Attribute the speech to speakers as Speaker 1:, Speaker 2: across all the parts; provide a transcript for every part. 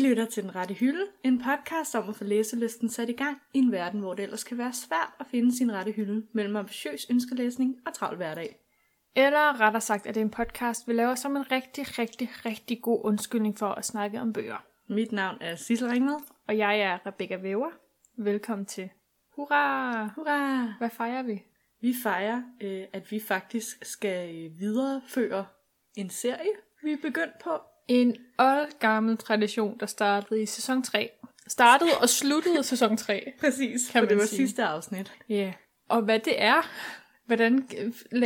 Speaker 1: lytter til Den Rette Hylde, en podcast om at få læselysten sat i gang i en verden, hvor det ellers kan være svært at finde sin rette hylde mellem ambitiøs ønskelæsning og travl hverdag.
Speaker 2: Eller rettere sagt, at det er en podcast, vi laver som en rigtig, rigtig, rigtig god undskyldning for at snakke om bøger.
Speaker 1: Mit navn er Sissel Ringved.
Speaker 2: Og jeg er Rebecca Væver. Velkommen til. Hurra!
Speaker 1: Hurra!
Speaker 2: Hvad fejrer vi?
Speaker 1: Vi fejrer, øh, at vi faktisk skal øh, videreføre en serie, vi er begyndt på.
Speaker 2: En oldgammel tradition, der startede i sæson 3. Startede og sluttede sæson 3.
Speaker 1: Præcis,
Speaker 2: Kan
Speaker 1: for det
Speaker 2: man
Speaker 1: var
Speaker 2: sige.
Speaker 1: sidste afsnit.
Speaker 2: Ja. Yeah. Og hvad det er, hvordan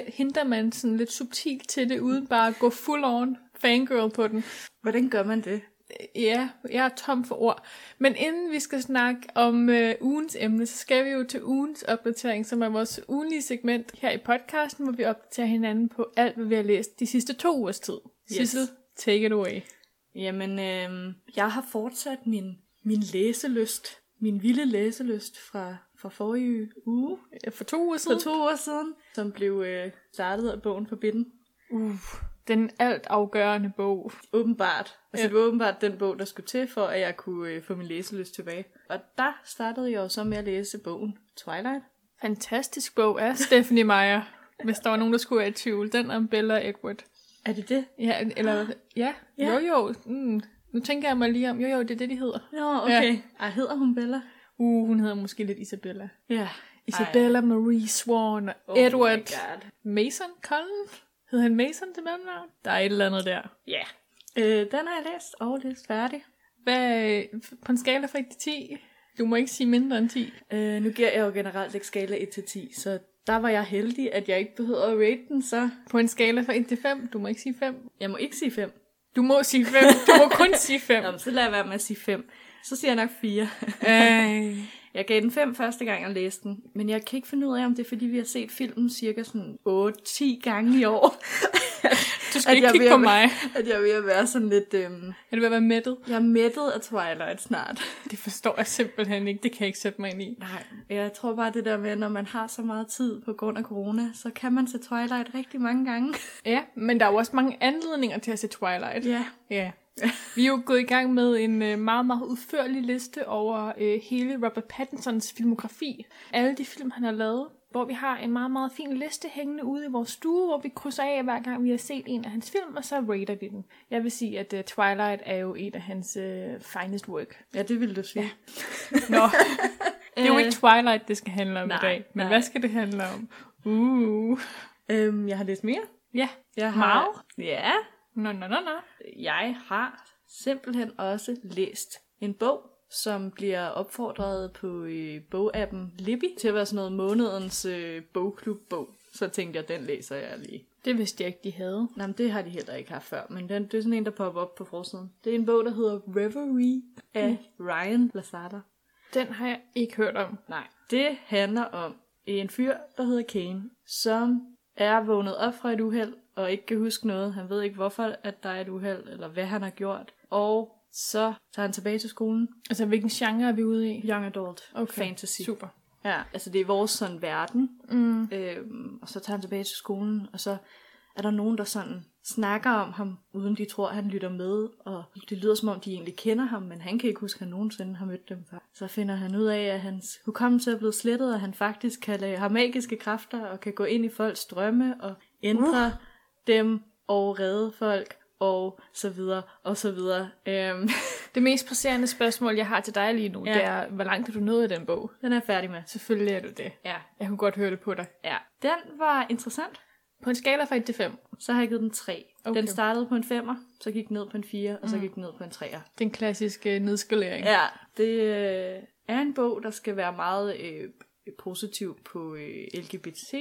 Speaker 2: henter man sådan lidt subtilt til det, uden bare at gå full on fangirl på den?
Speaker 1: Hvordan gør man det?
Speaker 2: Ja, jeg er tom for ord. Men inden vi skal snakke om øh, ugens emne, så skal vi jo til ugens opdatering, som er vores ugenlige segment her i podcasten, hvor vi opdaterer hinanden på alt, hvad vi har læst de sidste to ugers tid.
Speaker 1: Yes.
Speaker 2: Yes. Sissel, take it away.
Speaker 1: Jamen, øh, jeg har fortsat min, min læselyst, min vilde læselyst fra, fra forrige uge,
Speaker 2: For to uger
Speaker 1: for
Speaker 2: siden?
Speaker 1: to år siden, som blev øh, startet af bogen Forbidden.
Speaker 2: Uh, den alt afgørende bog.
Speaker 1: Åbenbart. Altså,
Speaker 2: Ja.
Speaker 1: det var åbenbart den bog, der skulle til, for at jeg kunne øh, få min læselyst tilbage. Og der startede jeg jo så med at læse bogen Twilight.
Speaker 2: Fantastisk bog af Stephanie Meyer, hvis der var nogen, der skulle være i tvivl. Den om Bella Edward.
Speaker 1: Er det det?
Speaker 2: Ja, eller, ja,
Speaker 1: Ja.
Speaker 2: jo jo. Mm. Nu tænker jeg mig lige om, jo jo, det er det, de hedder.
Speaker 1: Nå, okay. Ja. Ej, hedder hun Bella?
Speaker 2: Uh, hun hedder måske lidt Isabella.
Speaker 1: Ja.
Speaker 2: Isabella Marie Swan og
Speaker 1: Oh my
Speaker 2: Edward
Speaker 1: God.
Speaker 2: Mason Cullen. Hed han Mason til mellemnavn? Der er et eller andet der.
Speaker 1: Ja. Øh, den har jeg læst og læst færdig.
Speaker 2: Hvad, på en skala fra 1 til 10? Du må ikke sige mindre end 10.
Speaker 1: Øh, nu giver jeg jo generelt ikke skala 1-10, så der var jeg heldig, at jeg ikke behøvede at rate den, så
Speaker 2: På en skala fra 1 til 5? Du må ikke sige 5.
Speaker 1: jeg må ikke sige 5.
Speaker 2: Du må sige 5. Du må kun sige 5.
Speaker 1: Jamen, så lader jeg være med at sige 5. Så siger jeg nok 4.
Speaker 2: Ej.
Speaker 1: Jeg gav den 5 første gang, jeg læste den, men jeg kan ikke finde ud af, om det er, fordi vi har set filmen cirka sådan 8-10 gange i år.
Speaker 2: Du skal ikke
Speaker 1: jeg
Speaker 2: kigge
Speaker 1: vil-
Speaker 2: på mig.
Speaker 1: At jeg er ved at være sådan lidt... Øhm,
Speaker 2: Er du ved at være mættet?
Speaker 1: jeg er mættet af Twilight snart.
Speaker 2: Det forstår jeg simpelthen ikke. Det kan jeg ikke sætte mig ind i.
Speaker 1: Nej, jeg tror bare det der med, at når man har så meget tid på grund af corona, så kan man se Twilight rigtig mange gange.
Speaker 2: Ja, men der er jo også mange anledninger til at se Twilight.
Speaker 1: Ja,
Speaker 2: Ja. Vi er jo gået i gang med en øh, meget, meget udførlig liste over øh, hele Robert Pattinsons filmografi. Alle de film, han har lavet, hvor vi har en meget, meget fin liste hængende ude i vores stue, hvor vi krydser af hver gang, vi har set en af hans film, og så rater vi den. Jeg vil sige, at øh, Twilight er jo et af hans øh, finest work.
Speaker 1: ja det ville du sige.
Speaker 2: Nå, det er jo ikke Twilight, det skal handle om
Speaker 1: Øh. nej,
Speaker 2: i dag. Men
Speaker 1: nej.
Speaker 2: hvad skal det handle om? Uh,
Speaker 1: Øhm, jeg har læst mere.
Speaker 2: ja.
Speaker 1: Jeg
Speaker 2: Meget?
Speaker 1: Ja,
Speaker 2: Nå, nå, nå, nå.
Speaker 1: jeg har simpelthen også læst en bog, som bliver opfordret på øh, bogappen Libby til at være sådan noget månedens øh, bogklubbog. Så tænkte jeg, den læser jeg lige.
Speaker 2: Det vidste jeg ikke, de havde.
Speaker 1: Nå, men det har de heller ikke haft før, men den, det er sådan en, der popper op på forsiden. Det er en bog, der hedder Reverie af Ryan Lazada.
Speaker 2: Den har jeg ikke hørt om.
Speaker 1: Nej, det handler om en fyr, der hedder Kane, som er vågnet op fra et uheld og ikke kan huske noget. Han ved ikke, hvorfor at der er et uheld, eller hvad han har gjort. Og så tager han tilbage til skolen.
Speaker 2: Altså, hvilken genre er vi ude i?
Speaker 1: Young adult. Fantasy.
Speaker 2: Super.
Speaker 1: Ja, altså det er vores sådan verden.
Speaker 2: Mm.
Speaker 1: Øhm, og så tager han tilbage til skolen, og så er der nogen, der sådan snakker om ham, uden de tror, han lytter med, og det lyder som om, de egentlig kender ham, men han kan ikke huske, at han nogensinde har mødt dem før. Så finder han ud af, at hans hukommelse er blevet slettet, og han faktisk kan lave, har magiske kræfter, og kan gå ind i folks drømme, og ændre uh. dem, og redde folk, og så videre, og så videre. Øhm,
Speaker 2: Det mest presserende spørgsmål, jeg har til dig lige nu,
Speaker 1: Ja.
Speaker 2: ja. det er, hvor langt er du nået i den bog?
Speaker 1: den er jeg færdig med.
Speaker 2: Selvfølgelig er du det.
Speaker 1: Ja.
Speaker 2: Jeg kunne godt høre det på dig.
Speaker 1: ja. Den var interessant.
Speaker 2: På en skala fra 1 til 5.
Speaker 1: Så har jeg givet den 3. Okay.
Speaker 2: Okay.
Speaker 1: Den startede på en 5'er, så gik den ned på en 4, og så gik den ned på en 3'er.
Speaker 2: Den klassiske øh, nedskalering.
Speaker 1: Ja, det øh, er en bog, der skal være meget øh, positiv på øh,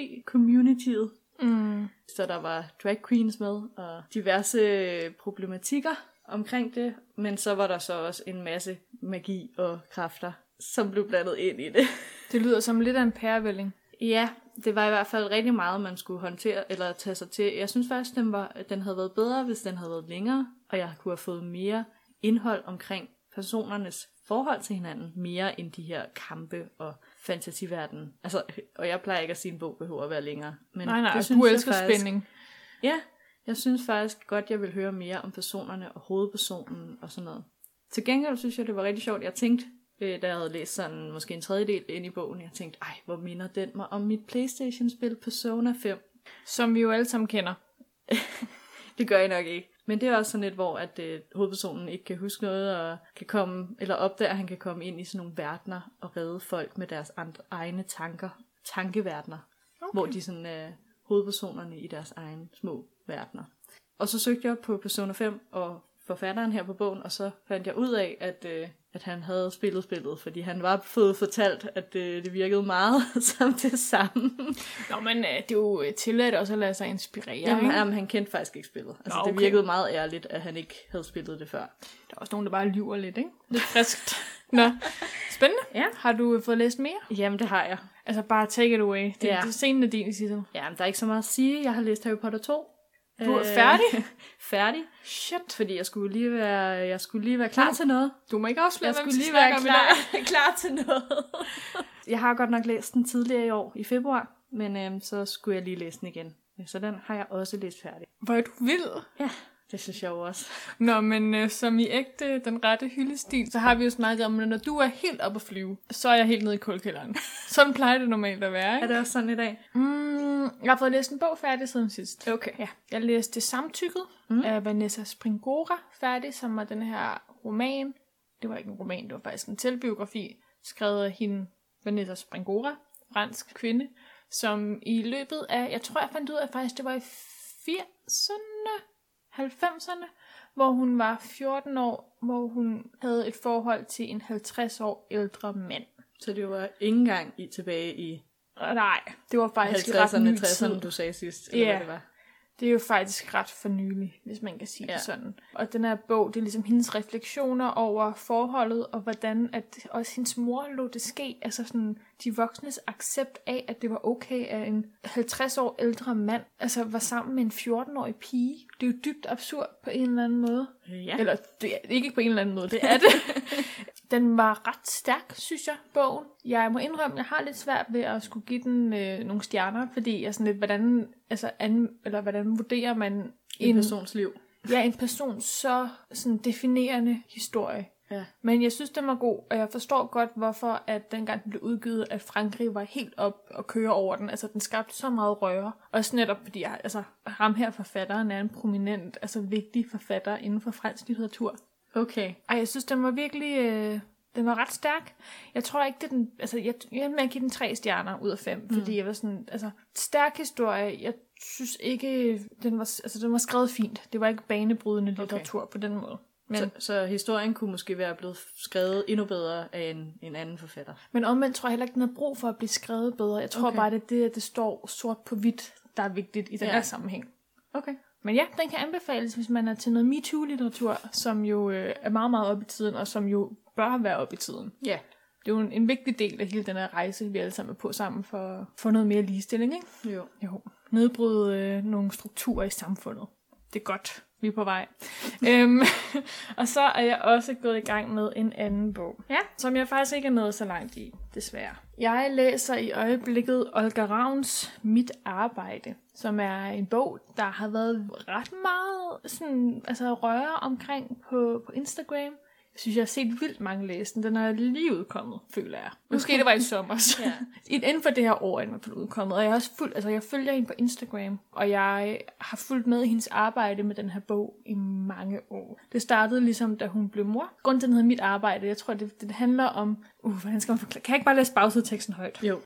Speaker 1: LGBT-communityet.
Speaker 2: Mm.
Speaker 1: Så der var drag queens med, og diverse øh, problematikker omkring det. Men så var der så også en masse magi og kræfter, som blev blandet ind i det.
Speaker 2: Det lyder som lidt af en pærevælling.
Speaker 1: Ja, det var i hvert fald rigtig meget, man skulle håndtere eller tage sig til. Jeg synes faktisk, den, var, den havde været bedre, hvis den havde været længere, og jeg kunne have fået mere indhold omkring personernes forhold til hinanden, mere end de her kampe og fantasiverdenen. Altså, og jeg plejer ikke at sige, at en bog behøver at være længere. Men
Speaker 2: Nej, nej,
Speaker 1: det
Speaker 2: du
Speaker 1: jeg
Speaker 2: elsker
Speaker 1: faktisk-
Speaker 2: spænding.
Speaker 1: Ja, jeg synes faktisk godt, jeg vil høre mere om personerne og hovedpersonen og sådan noget. Til gengæld synes jeg, det var rigtig sjovt. Jeg tænkte, øh, da jeg havde læst sådan måske en tredjedel ind i bogen, jeg tænkte, ej, hvor minder den mig om mit Playstation-spil Persona 5.
Speaker 2: Som vi jo alle sammen kender.
Speaker 1: Det gør jeg nok ikke. Men det er også sådan lidt, hvor at øh, hovedpersonen ikke kan huske noget, og kan komme, eller opdager, at han kan komme ind i sådan nogle verdener og redde folk med deres andre, egne tanker, tankeverdener. Okay. Hvor de sådan øh, hovedpersonerne i deres egne små verdener. Og så søgte jeg på Persona 5 og forfatteren her på bogen, og så fandt jeg ud af, at, øh, at han havde spillet spillet, fordi han var fået fortalt, at øh, det virkede meget som det samme.
Speaker 2: Nå, men øh, det er jo øh, tilladt også at lade sig inspirere.
Speaker 1: Ja, jamen,
Speaker 2: ikke?
Speaker 1: jamen, han kendte faktisk ikke spillet. Altså,
Speaker 2: Nå,
Speaker 1: okay. det
Speaker 2: okay.
Speaker 1: virkede meget ærligt, at han ikke havde spillet det før.
Speaker 2: Der er også nogen, der bare lyver lidt, ikke? Lidt friskt. Nå, spændende.
Speaker 1: Ja.
Speaker 2: Har du øh, fået læst mere?
Speaker 1: Jamen, det har jeg.
Speaker 2: Altså bare take it away. Det, ja.
Speaker 1: Ja.
Speaker 2: det scenen er din i sidste.
Speaker 1: Jamen, der er ikke så meget at sige. Jeg har læst Harry Potter 2.
Speaker 2: Du er
Speaker 1: Øh.
Speaker 2: færdig?
Speaker 1: færdig.
Speaker 2: Shit.
Speaker 1: Fordi jeg skulle lige være, jeg skulle lige være klar til noget.
Speaker 2: Du må ikke afsløre,
Speaker 1: Jeg
Speaker 2: hvad vi
Speaker 1: skulle
Speaker 2: skal
Speaker 1: lige
Speaker 2: snakke
Speaker 1: være
Speaker 2: om
Speaker 1: klar,
Speaker 2: i dag.
Speaker 1: klar til noget. jeg har godt nok læst den tidligere i år, i februar. Men øhm, så skulle jeg lige læse den igen. Så den har jeg også læst færdig.
Speaker 2: Hvor er du vild.
Speaker 1: Ja, det synes jeg jo også.
Speaker 2: Nå, men øh, som i ægte, den rette hyldestil, så har vi jo snakket om, at når du er helt oppe at flyve, så er jeg helt nede i kulkælderen. Sådan plejer det normalt at være,
Speaker 1: Er
Speaker 2: ikke?
Speaker 1: det også sådan i dag?
Speaker 2: Mm, jeg har fået læst en bog færdig siden sidst.
Speaker 1: Okay.
Speaker 2: Ja, jeg læste Samtykket mm.
Speaker 1: Mhm.
Speaker 2: af Vanessa Springora færdig, som var den her roman. Det var ikke en roman, det var faktisk en selvbiografi, skrevet af hende, Vanessa Springora, fransk kvinde, som i løbet af, jeg tror jeg fandt ud af faktisk, det var i 80'erne, 90'erne, hvor hun var 14 år, hvor hun havde et forhold til en 50 år ældre mand.
Speaker 1: Så det var ikke engang i, tilbage i
Speaker 2: Og nej, det var faktisk i ret
Speaker 1: 50'erne,
Speaker 2: ny tid.
Speaker 1: 60'erne, du sagde sidst. Eller
Speaker 2: Ja.
Speaker 1: hvad det var.
Speaker 2: Det er jo faktisk ret for nylig, hvis man kan sige ja.
Speaker 1: Ja.
Speaker 2: det sådan. Og den her bog, det er ligesom hendes refleksioner over forholdet, og hvordan at også hendes mor lå det ske. Altså sådan de voksnes accept af, at det var okay, at en 50 år ældre mand altså var sammen med en 14-årig pige. Det er jo dybt absurd på en eller anden måde.
Speaker 1: Øh,
Speaker 2: Ja.
Speaker 1: Ja.
Speaker 2: Eller det er ikke på en eller anden måde, det er det. den var ret stærk, synes jeg, bogen. Jeg må indrømme, jeg har lidt svært ved at skulle give den øh, nogle stjerner, fordi jeg sådan lidt, hvordan, altså, an, eller hvordan vurderer man
Speaker 1: en, persons liv.
Speaker 2: ja, en person så sådan definerende historie.
Speaker 1: Ja.
Speaker 2: Men jeg synes, den var god, og jeg forstår godt, hvorfor at dengang den blev udgivet, at Frankrig var helt op og køre over den. Altså, den skabte så meget røre. Også netop, fordi jeg, altså, ham her forfatteren er en prominent, altså vigtig forfatter inden for fransk litteratur.
Speaker 1: Okay.
Speaker 2: Ej, jeg synes, den var virkelig... Øh, den var ret stærk. Jeg tror ikke, det er den... Altså, jeg, jeg vil give den tre stjerner ud af fem, mm. fordi jeg var sådan... Altså, stærk historie. Jeg synes ikke, den var, altså, den var skrevet fint. Det var ikke banebrydende litteratur okay. på den måde. Men,
Speaker 1: Så, så historien kunne måske være blevet skrevet endnu bedre af en, en anden forfatter.
Speaker 2: men omvendt tror jeg heller ikke, den har brug for at blive skrevet bedre. Jeg tror okay.
Speaker 1: Okay.
Speaker 2: bare, det er det, at det står sort på hvidt, der er vigtigt i den ja.
Speaker 1: Ja.
Speaker 2: her sammenhæng.
Speaker 1: Okay.
Speaker 2: Men ja, den kan anbefales, hvis man er til noget MeToo-litteratur, som jo øh, er meget, meget op i tiden, og som jo bør være op i tiden.
Speaker 1: Ja.
Speaker 2: Det er jo en, en vigtig del af hele den her rejse, vi alle sammen er på sammen for, for noget mere ligestilling, ikke?
Speaker 1: Jo.
Speaker 2: Jo. Nedbryde øh, nogle strukturer i samfundet. Det er godt. Vi er på vej. øhm, og så er jeg også gået i gang med en anden bog, ja. som jeg faktisk ikke er nået så langt i, desværre. Jeg læser i øjeblikket Olga Ravns Mit Arbejde, som er en bog, der har været ret meget sådan, altså, røre omkring på, på Instagram. Jeg synes, jeg har set vildt mange læse den. Den er lige udkommet, føler jeg. Måske det var i sommer. ja. Inden for det her år er den i hvert fald udkommet. Og jeg, er også fuld, altså, jeg følger hende på Instagram, og jeg har fulgt med i hendes arbejde med den her bog i mange år. Det startede ligesom, da hun blev mor. Grunden til, at den hedder mit arbejde, jeg tror, det, det handler om... Uh, hvordan skal man forklare? Kan jeg ikke bare læse bagsideteksten højt?
Speaker 1: Jo.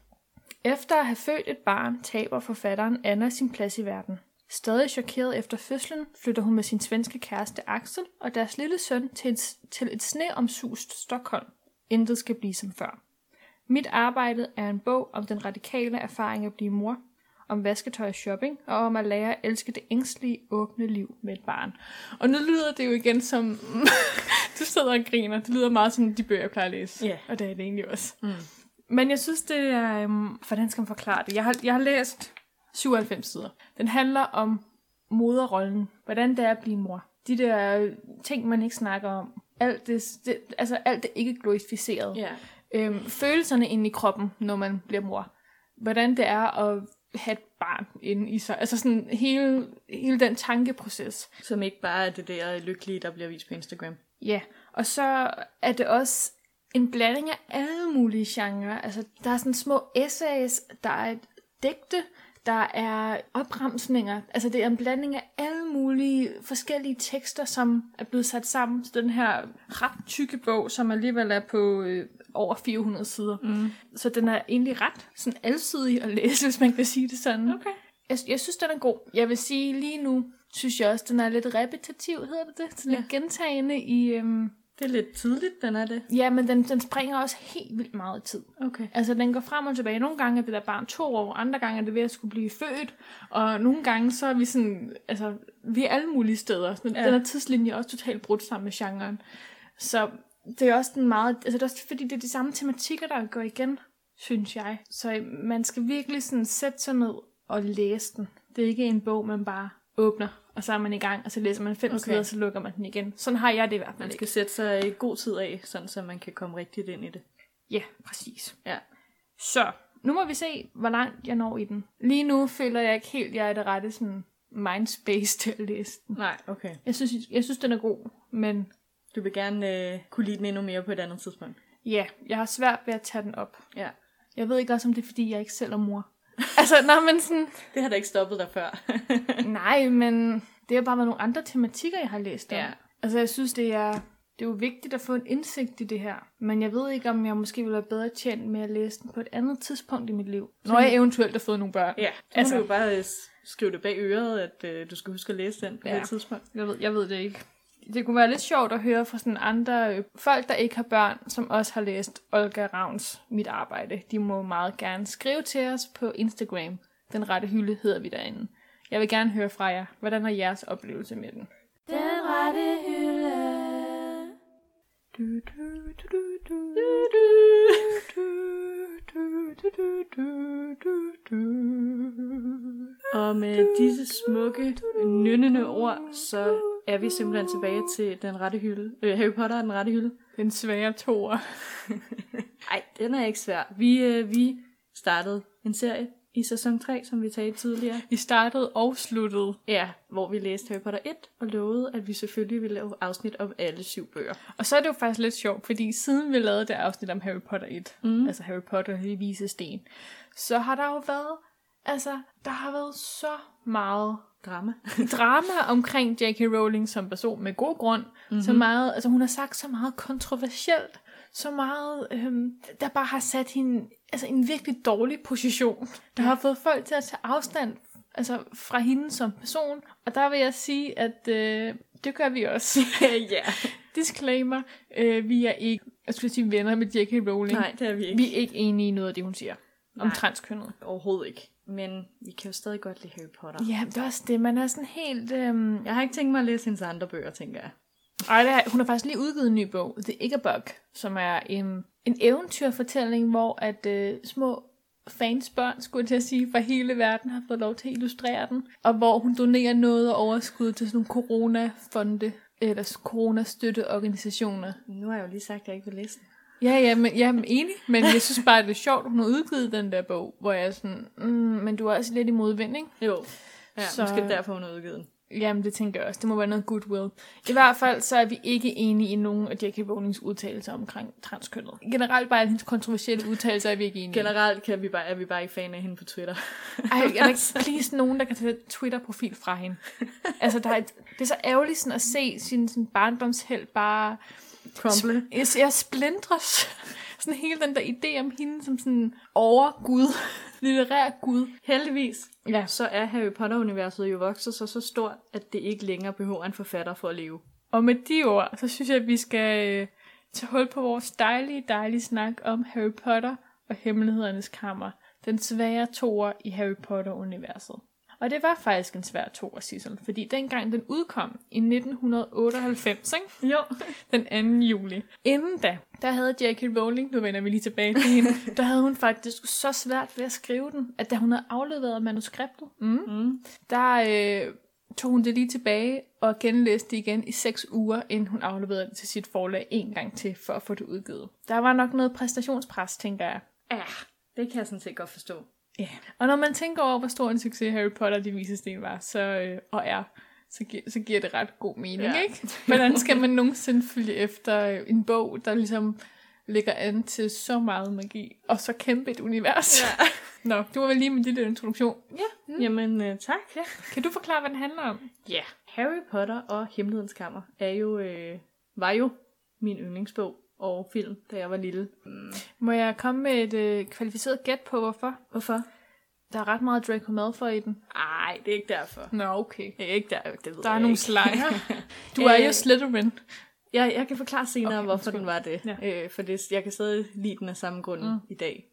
Speaker 2: Efter at have født et barn, taber forfatteren Anna sin plads i verden. Stadig chokeret efter fødslen, flytter hun med sin svenske kæreste Axel og deres lille søn til et, til et sneomsust Stockholm. Intet skal blive som før. Mit arbejde er en bog om den radikale erfaring at blive mor, om vasketøj og shopping, og om at lære at elske det ængstlige, åbne liv med et barn. Og nu lyder det jo igen som... du sidder og griner. Det lyder meget som de bøger, jeg plejer at læse.
Speaker 1: Ja.
Speaker 2: Og det er det egentlig også. Men jeg synes, det er... øhm, Hvordan skal man forklare det? Jeg har, jeg har læst 97 sider. Den handler om moderrollen. Hvordan det er at blive mor. De der øh, ting, man ikke snakker om. Alt det, det, altså alt det ikke glorificerede
Speaker 1: Ja.
Speaker 2: øhm, følelserne inde i kroppen, når man bliver mor. Hvordan det er at have et barn inde i sig. Altså sådan hele, hele den tankeproces.
Speaker 1: Som ikke bare er det der lykkelige, der bliver vist på Instagram.
Speaker 2: Ja, Og så er det også en blanding af alle mulige genrer. Altså, der er sådan små essays, der er et digte, der er opremsninger. Altså, det er en blanding af alle mulige forskellige tekster, som er blevet sat sammen til den her ret tykke bog, som alligevel er på øh, over 400 sider. Mm. Så den er egentlig ret sådan alsidig at læse, hvis man kan sige det sådan. Okay. Jeg, jeg synes, den er god. Jeg vil sige lige nu, synes jeg også, den er lidt repetitiv, hedder det det? Sådan ja. lidt gentagende i... Øhm,
Speaker 1: Det er lidt tidligt, den er det.
Speaker 2: Ja, men den, den springer også helt vildt meget i tid.
Speaker 1: Okay.
Speaker 2: Altså, den går frem og tilbage. Nogle gange er det der barn to år, andre gange er det ved at skulle blive født, og nogle gange så er vi sådan, altså, vi er alle mulige steder. Sådan, ja. Den her tidslinje er også totalt brudt sammen med genren. Så det er også den meget, altså det er også fordi, det er de samme tematikker, der går igen, synes jeg. Så øh, man skal virkelig sådan sætte sig ned og læse den. Det er ikke en bog, man bare åbner, og så er man i gang, og så læser man fem okay. sider, og så lukker man den igen. Sådan har jeg det i hvert fald
Speaker 1: Man
Speaker 2: ikke.
Speaker 1: skal sætte sig i god tid af, sådan så man kan komme rigtigt ind i det.
Speaker 2: Ja, præcis.
Speaker 1: Ja.
Speaker 2: Så, nu må vi se, hvor langt jeg når i den. Lige nu føler jeg ikke helt, jeg er i det rette sådan mindspace til at læse den.
Speaker 1: Nej, okay.
Speaker 2: Jeg synes, jeg synes den er god, men
Speaker 1: Du vil gerne øh, kunne lide den endnu mere på et andet tidspunkt.
Speaker 2: ja, jeg har svært ved at tage den op.
Speaker 1: Ja.
Speaker 2: Jeg ved ikke også, om det er, fordi jeg ikke selv er mor. altså, nej, men sådan,
Speaker 1: Det har da ikke stoppet dig før.
Speaker 2: nej, men det har bare været nogle andre tematikker, jeg har læst om.
Speaker 1: Ja.
Speaker 2: Altså, jeg synes, det er, det er jo vigtigt at få en indsigt i det her. Men jeg ved ikke, om jeg måske ville være bedre tjent med at læse den på et andet tidspunkt i mit liv. Når jeg eventuelt har fået nogle børn.
Speaker 1: ja, så må altså...
Speaker 2: Altså-
Speaker 1: du jo bare øh, s- skrive det bag øret, at øh, du skal huske at læse den på
Speaker 2: Ja.
Speaker 1: ja. et tidspunkt.
Speaker 2: Jeg ved, jeg ved det ikke. Det kunne være lidt sjovt at høre fra sådan andre øh, folk, der ikke har børn, som også har læst Olga Ravns Mit Arbejde. De må meget gerne skrive til os på Instagram. Den rette hylde hedder vi derinde. Jeg vil gerne høre fra jer. Hvordan er jeres oplevelse med den?
Speaker 3: Den rette hylde.
Speaker 1: Og med Øh, disse smukke, nynnende ord, så er vi simpelthen tilbage til den rette hylde. Øh, Harry Potter og den rette hylde.
Speaker 2: Den svære toer.
Speaker 1: Nej, den er ikke svær. Vi, øh, vi startede en serie i sæson 3, som vi talte tidligere.
Speaker 2: Vi startede og sluttede.
Speaker 1: Ja, hvor vi læste Harry Potter 1 og lovede, at vi selvfølgelig ville lave afsnit om alle syv bøger.
Speaker 2: Og så er det jo faktisk lidt sjovt, fordi siden vi lavede det afsnit om Harry Potter 1, mm. altså Harry Potter og de vise sten, så har der jo været, altså, der har været så meget
Speaker 1: Drama.
Speaker 2: drama omkring J.K. Rowling som person med god grund. Mm-hmm.
Speaker 1: Mhm.
Speaker 2: Så meget, altså hun har sagt så meget kontroversielt, så meget, øhm, der bare har sat hende altså en virkelig dårlig position, der har fået folk til at tage afstand altså fra hende som person. Og der vil jeg sige, at øh, det gør vi også.
Speaker 1: ja.
Speaker 2: Disclaimer, øh, vi er ikke, jeg skulle sige venner med J.K. Rowling.
Speaker 1: Nej, det er vi ikke.
Speaker 2: Vi er ikke enige i noget af det, hun siger om
Speaker 1: Nej.
Speaker 2: transkønnet.
Speaker 1: Overhovedet ikke. Men vi kan jo stadig godt lide Harry Potter.
Speaker 2: Ja, det er også det. Man er sådan helt... Øhm,
Speaker 1: Jeg har ikke tænkt mig at læse hendes andre bøger, tænker jeg.
Speaker 2: Ej, det er, hun har faktisk lige udgivet en ny bog, The Iggerbug, som er en, en eventyrfortælling, hvor at øh, små fansbørn, skulle jeg til at sige, fra hele verden har fået lov til at illustrere den, og hvor hun donerer noget af overskuddet til sådan nogle coronafonde, eller coronastøtteorganisationer.
Speaker 1: Nu har jeg jo lige sagt, at jeg ikke vil læse den.
Speaker 2: Ja, ja, men, ja, men enig, men jeg synes bare, det er sjovt, hun har udgivet den der bog, hvor jeg er sådan, mm, men du er også lidt i modvind, ikke?
Speaker 1: Jo. Ja,
Speaker 2: Så-
Speaker 1: så... måske derfor hun er udgivet den.
Speaker 2: Jamen, det tænker jeg også. Det må være noget goodwill. I hvert fald så er vi ikke enige i nogen af J.K. Rowlings udtalelser omkring transkønnet. Generelt bare alle hendes kontroversielle udtalelser er vi ikke enige i.
Speaker 1: Generelt kan vi bare, er vi bare ikke fan af hende på Twitter.
Speaker 2: Ej, er der ikke please nogen, der kan tage Twitter-profil fra hende? Altså, der er et, det er så ærgerligt sådan at se sin sådan barndomsheld bare...
Speaker 1: Crumble.
Speaker 2: Jeg, jeg splindres. Sådan hele den der idé om hende som sådan overgud. Litterær gud.
Speaker 1: Heldigvis,
Speaker 2: Ja.
Speaker 1: så er Harry Potter-universet jo vokset sig så stort, at det ikke længere behøver en forfatter for at leve.
Speaker 2: Og med de ord, så synes jeg, at vi skal øh, tage hul på vores dejlige, dejlige snak om Harry Potter og Hemmelighedernes Kammer. Den svære toer i Harry Potter-universet. Og det var faktisk en svær toer, Sissel, fordi dengang den udkom i 1998, ikke?
Speaker 1: Jo.
Speaker 2: den 2. juli. Inden da, der havde J.K. Rowling, nu vender vi lige tilbage til hende, der havde hun faktisk så svært ved at skrive den, at da hun havde afleveret manuskriptet, mm, mm. der øh, tog hun det lige tilbage og genlæste det igen i seks uger, inden hun afleverede det til sit forlag en gang til, for at få det udgivet. Der var nok noget præstationspres, tænker jeg.
Speaker 1: Ja, det kan jeg sådan set godt forstå.
Speaker 2: Ja. Og når man tænker over, hvor stor en succes Harry Potter og de vise sten var, så, øh, og er, så, gi- så giver det ret god mening,
Speaker 1: Ja.
Speaker 2: ja. ikke? Hvordan skal man nogensinde følge efter øh, en bog, der ligesom lægger an til så meget magi, og så kæmpe et univers? Ja. Nå, det var vel lige min lille introduktion.
Speaker 1: Ja, mm. jamen øh, tak. Ja.
Speaker 2: Kan du forklare, hvad den handler om?
Speaker 1: Ja, Harry Potter og Hemmelighedens Kammer er jo, øh, var jo min yndlingsbog og film, da jeg var lille.
Speaker 2: Må jeg komme med et øh, kvalificeret gæt på, hvorfor?
Speaker 1: Hvorfor?
Speaker 2: Der er ret meget Draco Malfoy i den.
Speaker 1: Nej, det er ikke derfor.
Speaker 2: Nå, okay.
Speaker 1: Det er ikke der, det ved
Speaker 2: Der er
Speaker 1: jeg
Speaker 2: nogle
Speaker 1: ikke.
Speaker 2: slanger. Du er jo
Speaker 1: Øh,
Speaker 2: Slytherin.
Speaker 1: Jeg, jeg kan forklare senere, okay,
Speaker 2: Okay,
Speaker 1: hvorfor
Speaker 2: undskyld.
Speaker 1: den var det. Ja.
Speaker 2: Ja.
Speaker 1: Øh, for det, jeg kan stadig lide den af samme grund mm. i dag.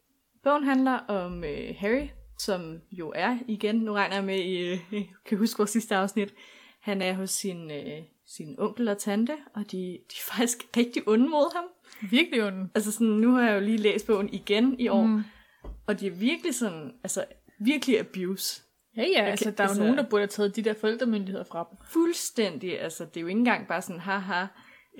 Speaker 1: Bogen handler om øh, Harry, som jo er igen, nu regner jeg med, I øh, kan huske vores sidste afsnit. Han er hos sin, øh, sin onkel og tante, og de, de er faktisk rigtig onde mod ham.
Speaker 2: Virkelig ond.
Speaker 1: Altså sådan, nu har jeg jo lige læst bogen igen i år, mm.
Speaker 2: Mm.
Speaker 1: og de er virkelig sådan, altså virkelig abuse.
Speaker 2: Ja, ja, altså
Speaker 1: kan-
Speaker 2: der er jo
Speaker 1: altså-
Speaker 2: nogen, der burde have taget de der forældremyndigheder fra dem.
Speaker 1: Fuldstændig, altså det er jo ikke engang bare sådan, haha,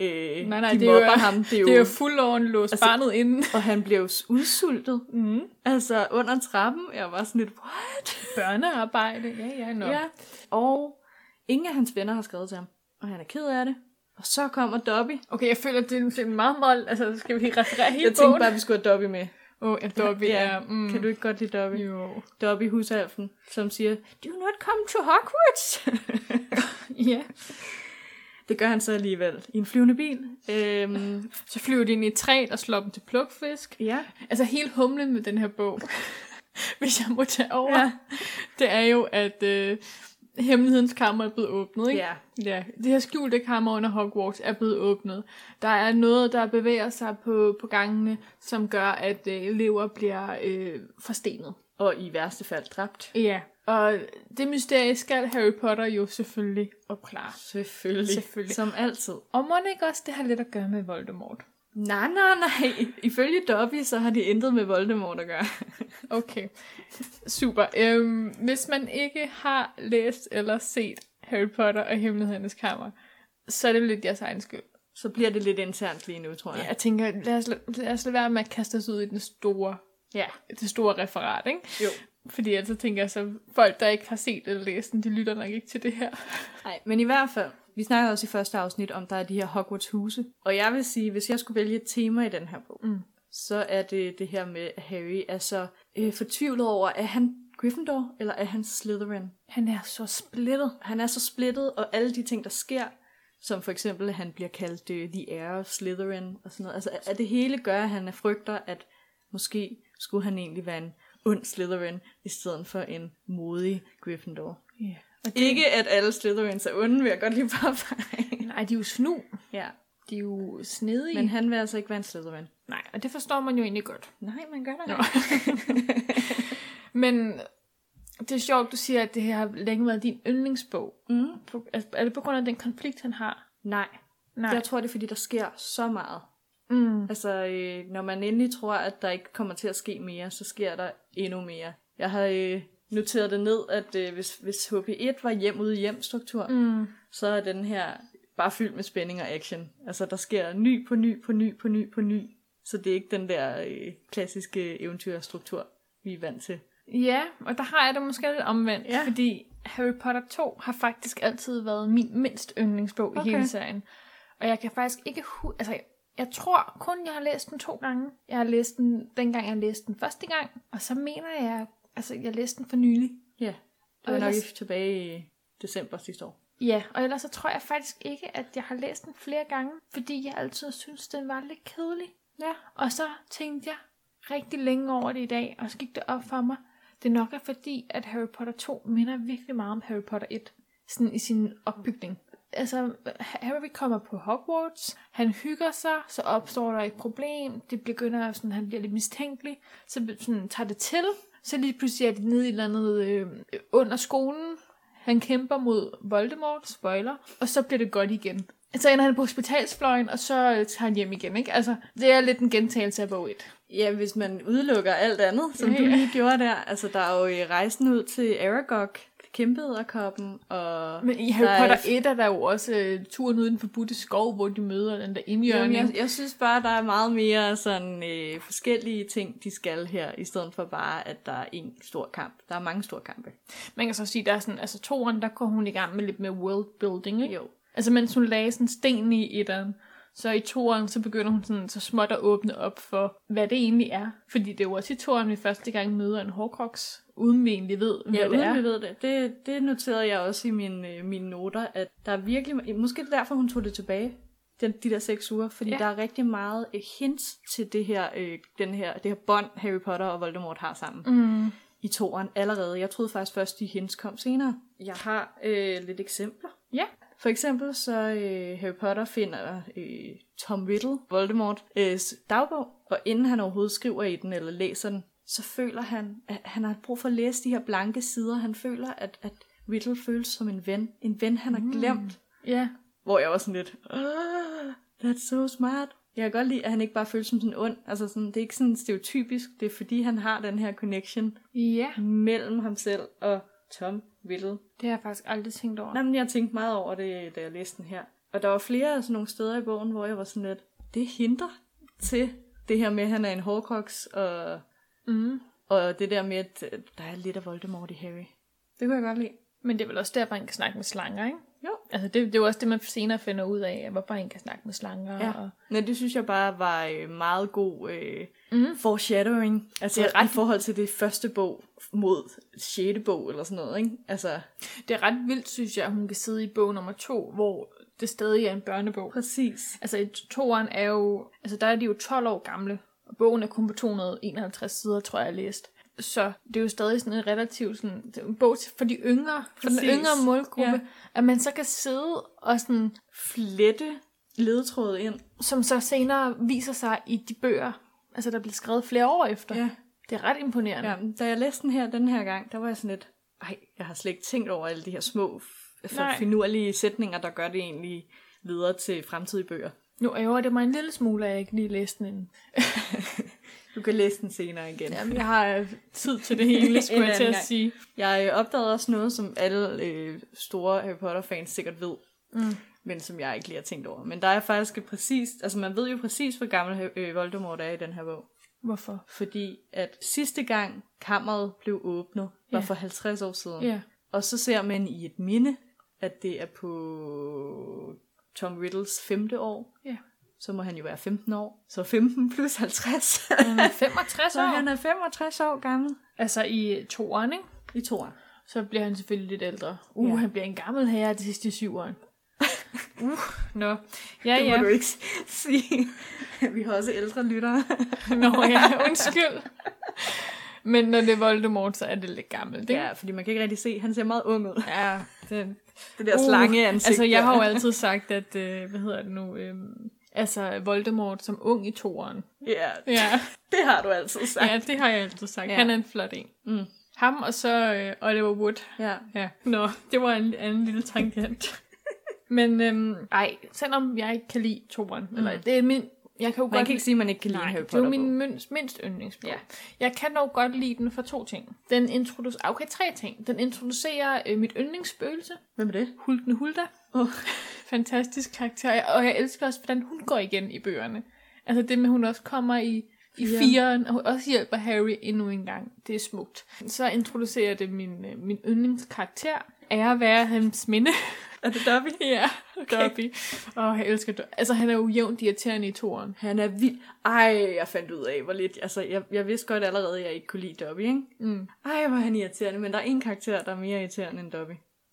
Speaker 1: øh,
Speaker 2: Nej, nej,
Speaker 1: de
Speaker 2: det er jo-
Speaker 1: mobber ham. Det er jo,
Speaker 2: Det er jo fuld on lås altså, barnet inden.
Speaker 1: Og han blev udsultet.
Speaker 2: Mm.
Speaker 1: Altså under trappen. Jeg var sådan lidt, what?
Speaker 2: Børnearbejde, ja, ja, nå. Ja.
Speaker 1: Ja. Og ingen af hans venner har skrevet til ham. Og han er ked af det. Og så kommer Dobby.
Speaker 2: Okay, jeg føler, det er det er meget, meget... Altså, skal vi referere hele
Speaker 1: jeg
Speaker 2: bogen?
Speaker 1: tænkte bare, at vi skulle have Dobby med.
Speaker 2: Åh, oh, jeg Dobby
Speaker 1: Ja,
Speaker 2: er... Mm,
Speaker 1: Kan du ikke godt lide Dobby?
Speaker 2: Jo.
Speaker 1: Dobby husalfen, som siger, Do you not come to Hogwarts?
Speaker 2: Ja.
Speaker 1: det gør han så alligevel. I en flyvende bil. Øhm,
Speaker 2: Så flyver de ind i et træ og slår dem til plukfisk.
Speaker 1: ja.
Speaker 2: Altså hele humlen med den her bog, hvis jeg må tage over,
Speaker 1: Ja.
Speaker 2: ja. det er jo, at øh, hemmelighedens kammer er blevet åbnet. Ikke?
Speaker 1: Ja.
Speaker 2: ja. Det her skjulte kammer under Hogwarts er blevet åbnet. Der er noget, der bevæger sig på, på gangene, som gør, at øh, elever bliver øh, forstenet.
Speaker 1: Og i værste fald dræbt.
Speaker 2: Ja. Og det mysterie skal Harry Potter jo selvfølgelig opklare.
Speaker 1: Selvfølgelig.
Speaker 2: Selvfølgelig.
Speaker 1: Som altid.
Speaker 2: Og må ikke også, det har lidt at gøre med Voldemort.
Speaker 1: Nej, nej, nej. Ifølge Dobby, så har det intet med Voldemort at gøre.
Speaker 2: Okay, super. Øhm, hvis man ikke har læst eller set Harry Potter og Hemmelighedernes Kammer, så er det lidt jeres egen skyld.
Speaker 1: Så bliver det lidt internt lige nu, tror jeg.
Speaker 2: Jeg tænker, lad os, lad os lade være med at kaste os ud i den store,
Speaker 1: Ja.
Speaker 2: det store referat, ikke?
Speaker 1: Jo.
Speaker 2: Fordi ellers så tænker jeg, så folk, der ikke har set eller læst den, de lytter nok ikke til det her.
Speaker 1: Nej, men i hvert fald, vi snakkede også i første afsnit om, der er de her Hogwarts-huse. Og jeg vil sige, hvis jeg skulle vælge et tema i den her bog,
Speaker 2: Mm.
Speaker 1: så er det det her med, at Harry er så øh, fortvivlet over, er han Gryffindor, eller er han Slytherin?
Speaker 2: Han er så splittet.
Speaker 1: Han er så splittet, og alle de ting, der sker, som for eksempel, at han bliver kaldt øh, The Heir of Slytherin, og sådan noget. Altså, at- at det hele gør, at han frygter, at måske skulle han egentlig være en ond Slytherin, i stedet for en modig Gryffindor.
Speaker 2: Ja. Og det,
Speaker 1: Ikke at alle Slytherins er onde, vil jeg godt lige påpege.
Speaker 2: nej, de er jo snu.
Speaker 1: ja.
Speaker 2: De er jo snedige.
Speaker 1: Men han vil altså ikke være en Slytherin.
Speaker 2: nej, og det forstår man jo egentlig godt.
Speaker 1: Nej, man gør det
Speaker 2: Nå. Men det er sjovt, du siger, at det her har længe været din yndlingsbog.
Speaker 1: Mm.
Speaker 2: På- altså, Er det på grund af den konflikt, han har?
Speaker 1: Nej.
Speaker 2: Nej.
Speaker 1: Nej. Jeg tror, det er, fordi der sker så meget.
Speaker 2: Mm.
Speaker 1: Altså, øh, når man endelig tror, at der ikke kommer til at ske mere, så sker der endnu mere. Jeg har øh, noteret det ned, at øh, hvis, hvis HP1 var hjem ude hjem struktur, mm.
Speaker 2: Mm.
Speaker 1: så er den her bare fyldt med spænding og action. Altså, der sker ny på ny på ny på ny på ny. Så det er ikke den der øh, klassiske eventyrstruktur, vi er vant til.
Speaker 2: Ja, og der har jeg det måske lidt omvendt,
Speaker 1: Ja.
Speaker 2: fordi Harry Potter 2 har faktisk altid været min mindst yndlingsbog okay.
Speaker 1: Okay.
Speaker 2: i hele serien. Og jeg kan faktisk ikke huske... Altså, jeg tror kun, jeg har læst den to gange. Jeg har læst den, dengang jeg læste den første gang, og så mener jeg... Altså, jeg læste den for nylig.
Speaker 1: Ja, det
Speaker 2: Og
Speaker 1: var nok
Speaker 2: ellers-
Speaker 1: i- tilbage i december sidste år.
Speaker 2: Ja, og ellers så tror jeg faktisk ikke, at jeg har læst den flere gange, fordi jeg altid synes, den var lidt kedelig.
Speaker 1: Ja.
Speaker 2: Og så tænkte jeg rigtig længe over det i dag, og så gik det op for mig. Det nok er fordi, at Harry Potter 2 minder virkelig meget om Harry Potter 1, sådan i sin opbygning. Altså, Harry kommer på Hogwarts, han hygger sig, så opstår der et problem, det begynder sådan, han bliver lidt mistænkelig, så sådan, tager det til, så lige pludselig er det nede i et eller andet øh, under skolen, han kæmper mod Voldemort, spoiler, og så bliver det godt igen. Så ender han på hospitalsfløjen, og så øh, tager han hjem igen, ikke? Altså, det er lidt en gentagelse af bog 1.
Speaker 1: Ja, hvis man udelukker alt andet, som
Speaker 2: Ja,
Speaker 1: du
Speaker 2: ja.
Speaker 1: lige gjorde der. Altså, der er jo øh, rejsen ud til Aragog, kæmpeæderkoppen, og...
Speaker 2: Men i
Speaker 1: Der
Speaker 2: Harry
Speaker 1: er
Speaker 2: Potter
Speaker 1: f-
Speaker 2: 1 er der jo også øh, turen uden for Budde Skov, hvor de møder den der indjørning.
Speaker 1: Jamen, jeg, jeg synes bare, der er meget mere sådan øh, forskellige ting, de skal her, i stedet for bare, at der er en stor kamp. Der er mange store kampe.
Speaker 2: Man kan så sige, der er sådan, altså toren, der går hun i gang med lidt med worldbuilding, ikke?
Speaker 1: Jo.
Speaker 2: Altså mens hun lagde sådan sten i etteren, så i toren, så begynder hun sådan så småt at åbne op for, hvad det egentlig er. Fordi det er jo også i toren, vi første gang møder en hårdkoks, uden vi egentlig ved, hvad
Speaker 1: Ja,
Speaker 2: det er.
Speaker 1: uden vi ved det. det. Det noterede jeg også i mine, øh, mine noter, at der er virkelig... Måske er det derfor, hun tog det tilbage, den, de der seks uger, fordi
Speaker 2: Ja.
Speaker 1: ja. der er rigtig meget øh, hints til det her, øh, den her, det her bånd, Harry Potter og Voldemort har sammen.
Speaker 2: Mm.
Speaker 1: i toren allerede. Jeg troede faktisk først, de hendes kom senere. Jeg har øh, lidt eksempler.
Speaker 2: Ja.
Speaker 1: For eksempel så øh, Harry Potter finder øh, Tom Riddle, Voldemort, øh, dagbog, og inden han overhovedet skriver i den eller læser den, så føler han, at han har brug for at læse de her blanke sider. Han føler, at, at Riddle føles som en ven. En ven, han har glemt.
Speaker 2: Ja.
Speaker 1: Hvor jeg var sådan lidt, "Ah, that's so smart. Jeg kan godt lide, at han ikke bare føles som sådan ond. Altså sådan, det er ikke sådan stereotypisk. Det er fordi, han har den her connection
Speaker 2: Ja.
Speaker 1: mellem ham selv og Tom Riddle.
Speaker 2: Det har jeg faktisk aldrig tænkt over.
Speaker 1: Nej, men jeg tænkte meget over det, da jeg læste den her. Og der var flere af sådan nogle steder i bogen, hvor jeg var sådan lidt, det hinder til det her med, at han er en hårdkoks, og,
Speaker 2: Mm.
Speaker 1: og det der med, at øh, der er lidt af Voldemort i Harry. Det kunne jeg godt lide.
Speaker 2: Men det er vel også der, hvor man kan snakke med slanger, ikke?
Speaker 1: Jo.
Speaker 2: Altså, det, det er jo også det, man senere finder ud af, at hvorfor en kan snakke med slanger.
Speaker 1: Ja.
Speaker 2: Og...
Speaker 1: Men det synes jeg bare var øh, meget god øh,
Speaker 2: Mm.
Speaker 1: mm. foreshadowing. Altså
Speaker 2: Det
Speaker 1: det
Speaker 2: er ret-
Speaker 1: i forhold til det første bog mod sjette bog eller sådan noget, ikke? Altså,
Speaker 2: Det er ret vildt, synes jeg, at hun kan sidde i bog nummer to, hvor det stadig er en børnebog.
Speaker 1: præcis.
Speaker 2: Altså, i toeren er jo... Altså, der er de jo 12 år gamle, og bogen er kun på 251 sider, tror jeg, jeg læste. Så det er jo stadig sådan en relativt sådan, det er jo en bog til- for de yngre, for den
Speaker 1: Præcis.
Speaker 2: yngre målgruppe,
Speaker 1: Ja.
Speaker 2: at man så kan sidde og sådan,
Speaker 1: Flette ledetrådet ind.
Speaker 2: som så senere viser sig i de bøger, altså der bliver skrevet flere år efter.
Speaker 1: Ja.
Speaker 2: Det er ret imponerende.
Speaker 1: Ja, men da jeg læste den her den her gang, der var jeg sådan lidt, ej, jeg har slet ikke tænkt over alle de her små, f-
Speaker 2: Nej.
Speaker 1: f- finurlige sætninger, der gør det egentlig videre til fremtidige bøger.
Speaker 2: Nu ærger det mig en lille smule, at jeg ikke lige læste den inden.
Speaker 1: Du kan læse den senere igen.
Speaker 2: Jamen, jeg har øh, tid til det hele, skulle
Speaker 1: En
Speaker 2: jeg til at
Speaker 1: anden gang.
Speaker 2: sige.
Speaker 1: Jeg øh, opdagede også noget, som alle øh, store Harry Potter-fans sikkert ved,
Speaker 2: Mm.
Speaker 1: men som jeg ikke lige har tænkt over. Men der er faktisk et præcist, altså man ved jo præcis, hvor gammel øh, Voldemort er i den her bog.
Speaker 2: Hvorfor?
Speaker 1: Fordi at sidste gang kammeret blev åbnet, var
Speaker 2: Ja.
Speaker 1: for 50 år siden.
Speaker 2: Ja.
Speaker 1: Og så ser man i et minde, at det er på Tom Riddles femte år.
Speaker 2: Ja.
Speaker 1: Så må han jo være 15 år. Så 15 plus 50.
Speaker 2: Han er 65
Speaker 1: så
Speaker 2: år.
Speaker 1: han er 65 år gammel.
Speaker 2: Altså i toeren, ikke?
Speaker 1: I toer.
Speaker 2: Så bliver han selvfølgelig lidt ældre. Uh,
Speaker 1: Ja.
Speaker 2: han bliver en gammel herre de sidste syv år. Uh, nå. Ja,
Speaker 1: Det må
Speaker 2: ja.
Speaker 1: du ikke s- sige. Vi har også ældre lyttere.
Speaker 2: Nå, ja. Undskyld. Men når det er Voldemort, så er det lidt gammelt, ikke?
Speaker 1: Ja, fordi man kan ikke rigtig se. Han ser meget ung ud.
Speaker 2: ja det,
Speaker 1: Det der slange ansigt.
Speaker 2: Altså, jeg har jo altid sagt, at, øh, hvad hedder det nu, øh, altså Voldemort som ung i toeren.
Speaker 1: Ja,
Speaker 2: Ja,
Speaker 1: det har du altid sagt.
Speaker 2: ja det har jeg altid sagt. Ja.
Speaker 1: Ja.
Speaker 2: Han er en flot en.
Speaker 1: Mm.
Speaker 2: Ham og så øh, Oliver Wood.
Speaker 1: Ja.
Speaker 2: Ja, nå, det var en anden lille tangent. Men øhm, ej, selvom jeg ikke kan lide toeren, mm. eller det er min, jeg kan jo
Speaker 1: Man
Speaker 2: godt
Speaker 1: kan ikke sige, at man ikke kan lide en
Speaker 2: Nej,
Speaker 1: Harry
Speaker 2: det er jo
Speaker 1: Potter.
Speaker 2: min mindst, mindst yndlingsbog. Ja.
Speaker 1: Ja.
Speaker 2: Jeg kan dog godt lide den for to ting. Den introducerer, okay, tre ting. Den introducerer øh, mit yndlingsspøgelse,
Speaker 1: Hvem er det?
Speaker 2: Hulten Hulda.
Speaker 1: Oh.
Speaker 2: Fantastisk karakter, og jeg elsker også, hvordan hun går igen i bøgerne. Altså det med, at hun også kommer i, i
Speaker 1: Fireren.
Speaker 2: firen, og hun også hjælper Harry endnu en gang. Det er smukt. Så introducerer det min, øh, min yndlingskarakter, ære være hans minde.
Speaker 1: Er det Dobby?
Speaker 2: ja, okay. Dobby. Og jeg elsker Dobby. Altså han er jo jævnt irriterende i toren.
Speaker 1: Han er vild. Ej, jeg fandt ud af, hvor lidt... Altså, jeg, jeg vidste godt allerede, at jeg ikke kunne lide Dobby, ikke?
Speaker 2: Mm.
Speaker 1: Ej, hvor er han irriterende, men der er en karakter, der er mere irriterende end Dobby.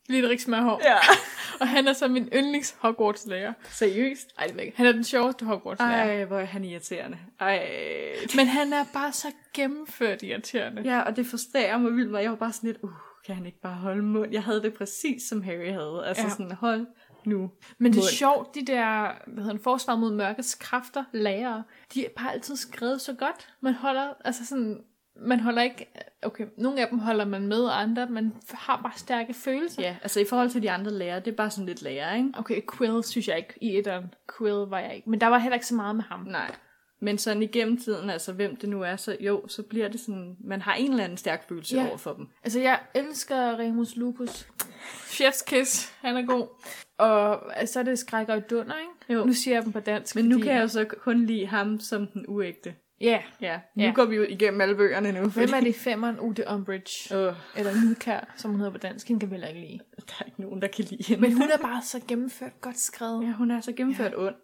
Speaker 2: Lidt smørhår.
Speaker 1: Ja.
Speaker 2: Og han er så min yndlings Hogwarts-lærer.
Speaker 1: Seriøst?
Speaker 2: Ej, det ved jeg ikke. Han er den sjoveste Hogwarts-lærer.
Speaker 1: Ej, hvor er han irriterende. Ej.
Speaker 2: Men han er bare så gennemført irriterende.
Speaker 1: Ja, og det frustrerer mig vildt meget. Jeg var bare sådan lidt, uh, kan han ikke bare holde mund? Jeg havde det præcis, som Harry havde. Altså
Speaker 2: Ja.
Speaker 1: ja. sådan, hold nu.
Speaker 2: Men det er
Speaker 1: mund.
Speaker 2: sjovt, de der hvad hedder, den, forsvar mod mørkets kræfter, lærere, de er bare altid skrevet så godt. Man holder, altså sådan, man holder ikke, okay, nogle af dem holder man med, og andre, man har bare stærke følelser.
Speaker 1: Ja, altså i forhold til de andre lærere, det er bare sådan lidt lærer, ikke?
Speaker 2: Okay, Quill synes jeg ikke i etteren. Quill var jeg ikke. Men der var heller ikke så meget med ham.
Speaker 1: Nej. Men sådan igennem tiden, altså hvem det nu er, så jo, så bliver det sådan, man har en eller anden stærk følelse
Speaker 2: Ja.
Speaker 1: yeah. over for dem.
Speaker 2: Altså, jeg elsker Remus Lupus. Chef's kiss, han er god. Og altså, så er det skrækker og dunder, ikke?
Speaker 1: Jo.
Speaker 2: Nu siger jeg dem på dansk.
Speaker 1: Men nu
Speaker 2: fordi-
Speaker 1: kan jeg jo så kun lide ham som den uægte.
Speaker 2: Ja.
Speaker 1: Ja, nu
Speaker 2: Ja.
Speaker 1: går vi jo igennem alle bøgerne nu.
Speaker 2: Hvem er det i femmeren? Uh, det er Umbridge.
Speaker 1: Åh,
Speaker 2: Eller Nidkær, som hun hedder på dansk. Hende kan vi heller ikke lide.
Speaker 1: der er ikke nogen, der kan lide hende.
Speaker 2: Men hun er bare så gennemført godt skrevet.
Speaker 1: Ja, hun er så gennemført ja. ond.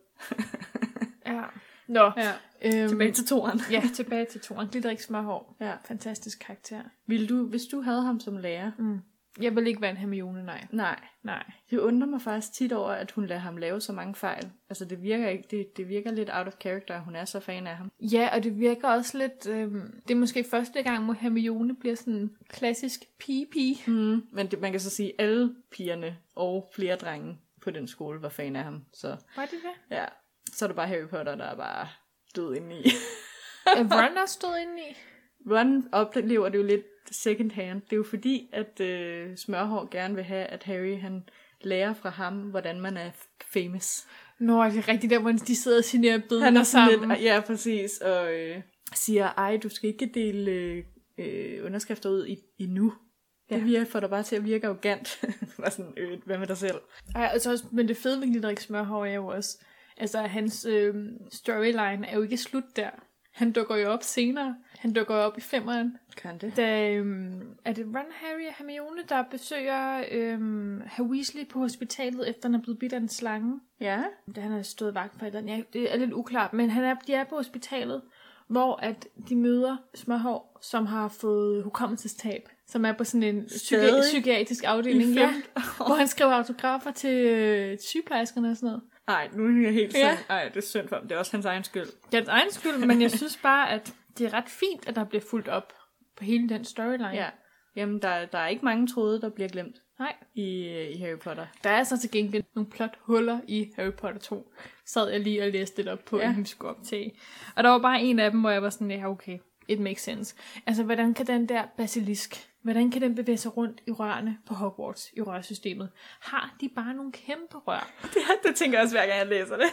Speaker 2: ja. Nå.
Speaker 1: Ja.
Speaker 2: Øhm,
Speaker 1: Tilbage til toren.
Speaker 2: ja, tilbage til toren. Glitterik smørhår.
Speaker 1: Ja.
Speaker 2: Fantastisk karakter.
Speaker 1: Vil du, hvis du havde ham som lærer?
Speaker 2: Mm. Jeg vil ikke være en Hermione, nej.
Speaker 1: Nej.
Speaker 2: Nej.
Speaker 1: Det undrer mig faktisk tit over, at hun lader ham lave så mange fejl. Altså, det virker ikke. Det, det virker lidt out of character, at hun er så fan af ham.
Speaker 2: Ja, og det virker også lidt... Øhm, det er måske første gang, hvor Hermione bliver sådan en klassisk pige-pige.
Speaker 1: Mm. Men det, man kan så sige, at alle pigerne og flere drenge på den skole var fan af ham. Så
Speaker 2: Var det det?
Speaker 1: ja, så er det bare Harry Potter, der er bare død indeni.
Speaker 2: Er Ron også stod inde i?
Speaker 1: Ron oplever det jo lidt second hand. Det er jo fordi, at øh, Smørhår gerne vil have, at Harry han lærer fra ham, hvordan man er famous.
Speaker 2: Nå, det er rigtigt der, hvor de sidder og signerer billeder
Speaker 1: Han er sådan
Speaker 2: sammen.
Speaker 1: lidt, ja præcis, og øh, siger, ej du skal ikke dele øh, øh, underskrifter ud i, endnu. Ja. Det virker, får dig bare til at virke arrogant. Bare sådan, øh, hvad med dig selv?
Speaker 2: Ej, altså også, men det fede ved Glitterik Smørhår er jo også, altså hans øh, storyline er jo ikke slut der. Han dukker jo op senere. Han dukker jo op i femmeren.
Speaker 1: Kan det?
Speaker 2: Da, øhm, er det Ron, Harry og Hermione, der besøger øhm, Herr Weasley på hospitalet, efter han er blevet bidt af en slange?
Speaker 1: Ja.
Speaker 2: Da han har stået vagt for et eller andet. Ja, det er lidt uklart, men han er, de er på hospitalet, hvor at de møder Smørhår, som har fået hukommelsestab, som er på sådan en psyki-
Speaker 1: Stadig?
Speaker 2: psykiatrisk afdeling,
Speaker 1: I
Speaker 2: ja,
Speaker 1: femte
Speaker 2: hvor han skriver autografer til øh, sygeplejerskerne og sådan noget.
Speaker 1: Ej, nu er jeg helt
Speaker 2: Ja.
Speaker 1: sådan, ej det er synd for ham, det er også hans egen skyld.
Speaker 2: Det er hans egen skyld, men jeg synes bare, at det er ret fint, at der bliver fuldt op på hele den storyline.
Speaker 1: Ja. Jamen, der, der er ikke mange tråde, der bliver glemt
Speaker 2: Nej,
Speaker 1: i, øh, i Harry Potter.
Speaker 2: der er så til gengæld nogle plothuller i Harry Potter 2. Sad jeg lige og læste lidt op på,
Speaker 1: Ja.
Speaker 2: ja. inden vi skulle optage. Og der var bare en af dem, hvor jeg var sådan, ja okay, it makes sense. Altså, hvordan kan den der basilisk, hvordan kan den bevæge sig rundt i rørene på Hogwarts, i rørsystemet? Har de bare nogle kæmpe rør?
Speaker 1: det tænker jeg også, hver gang jeg læser det.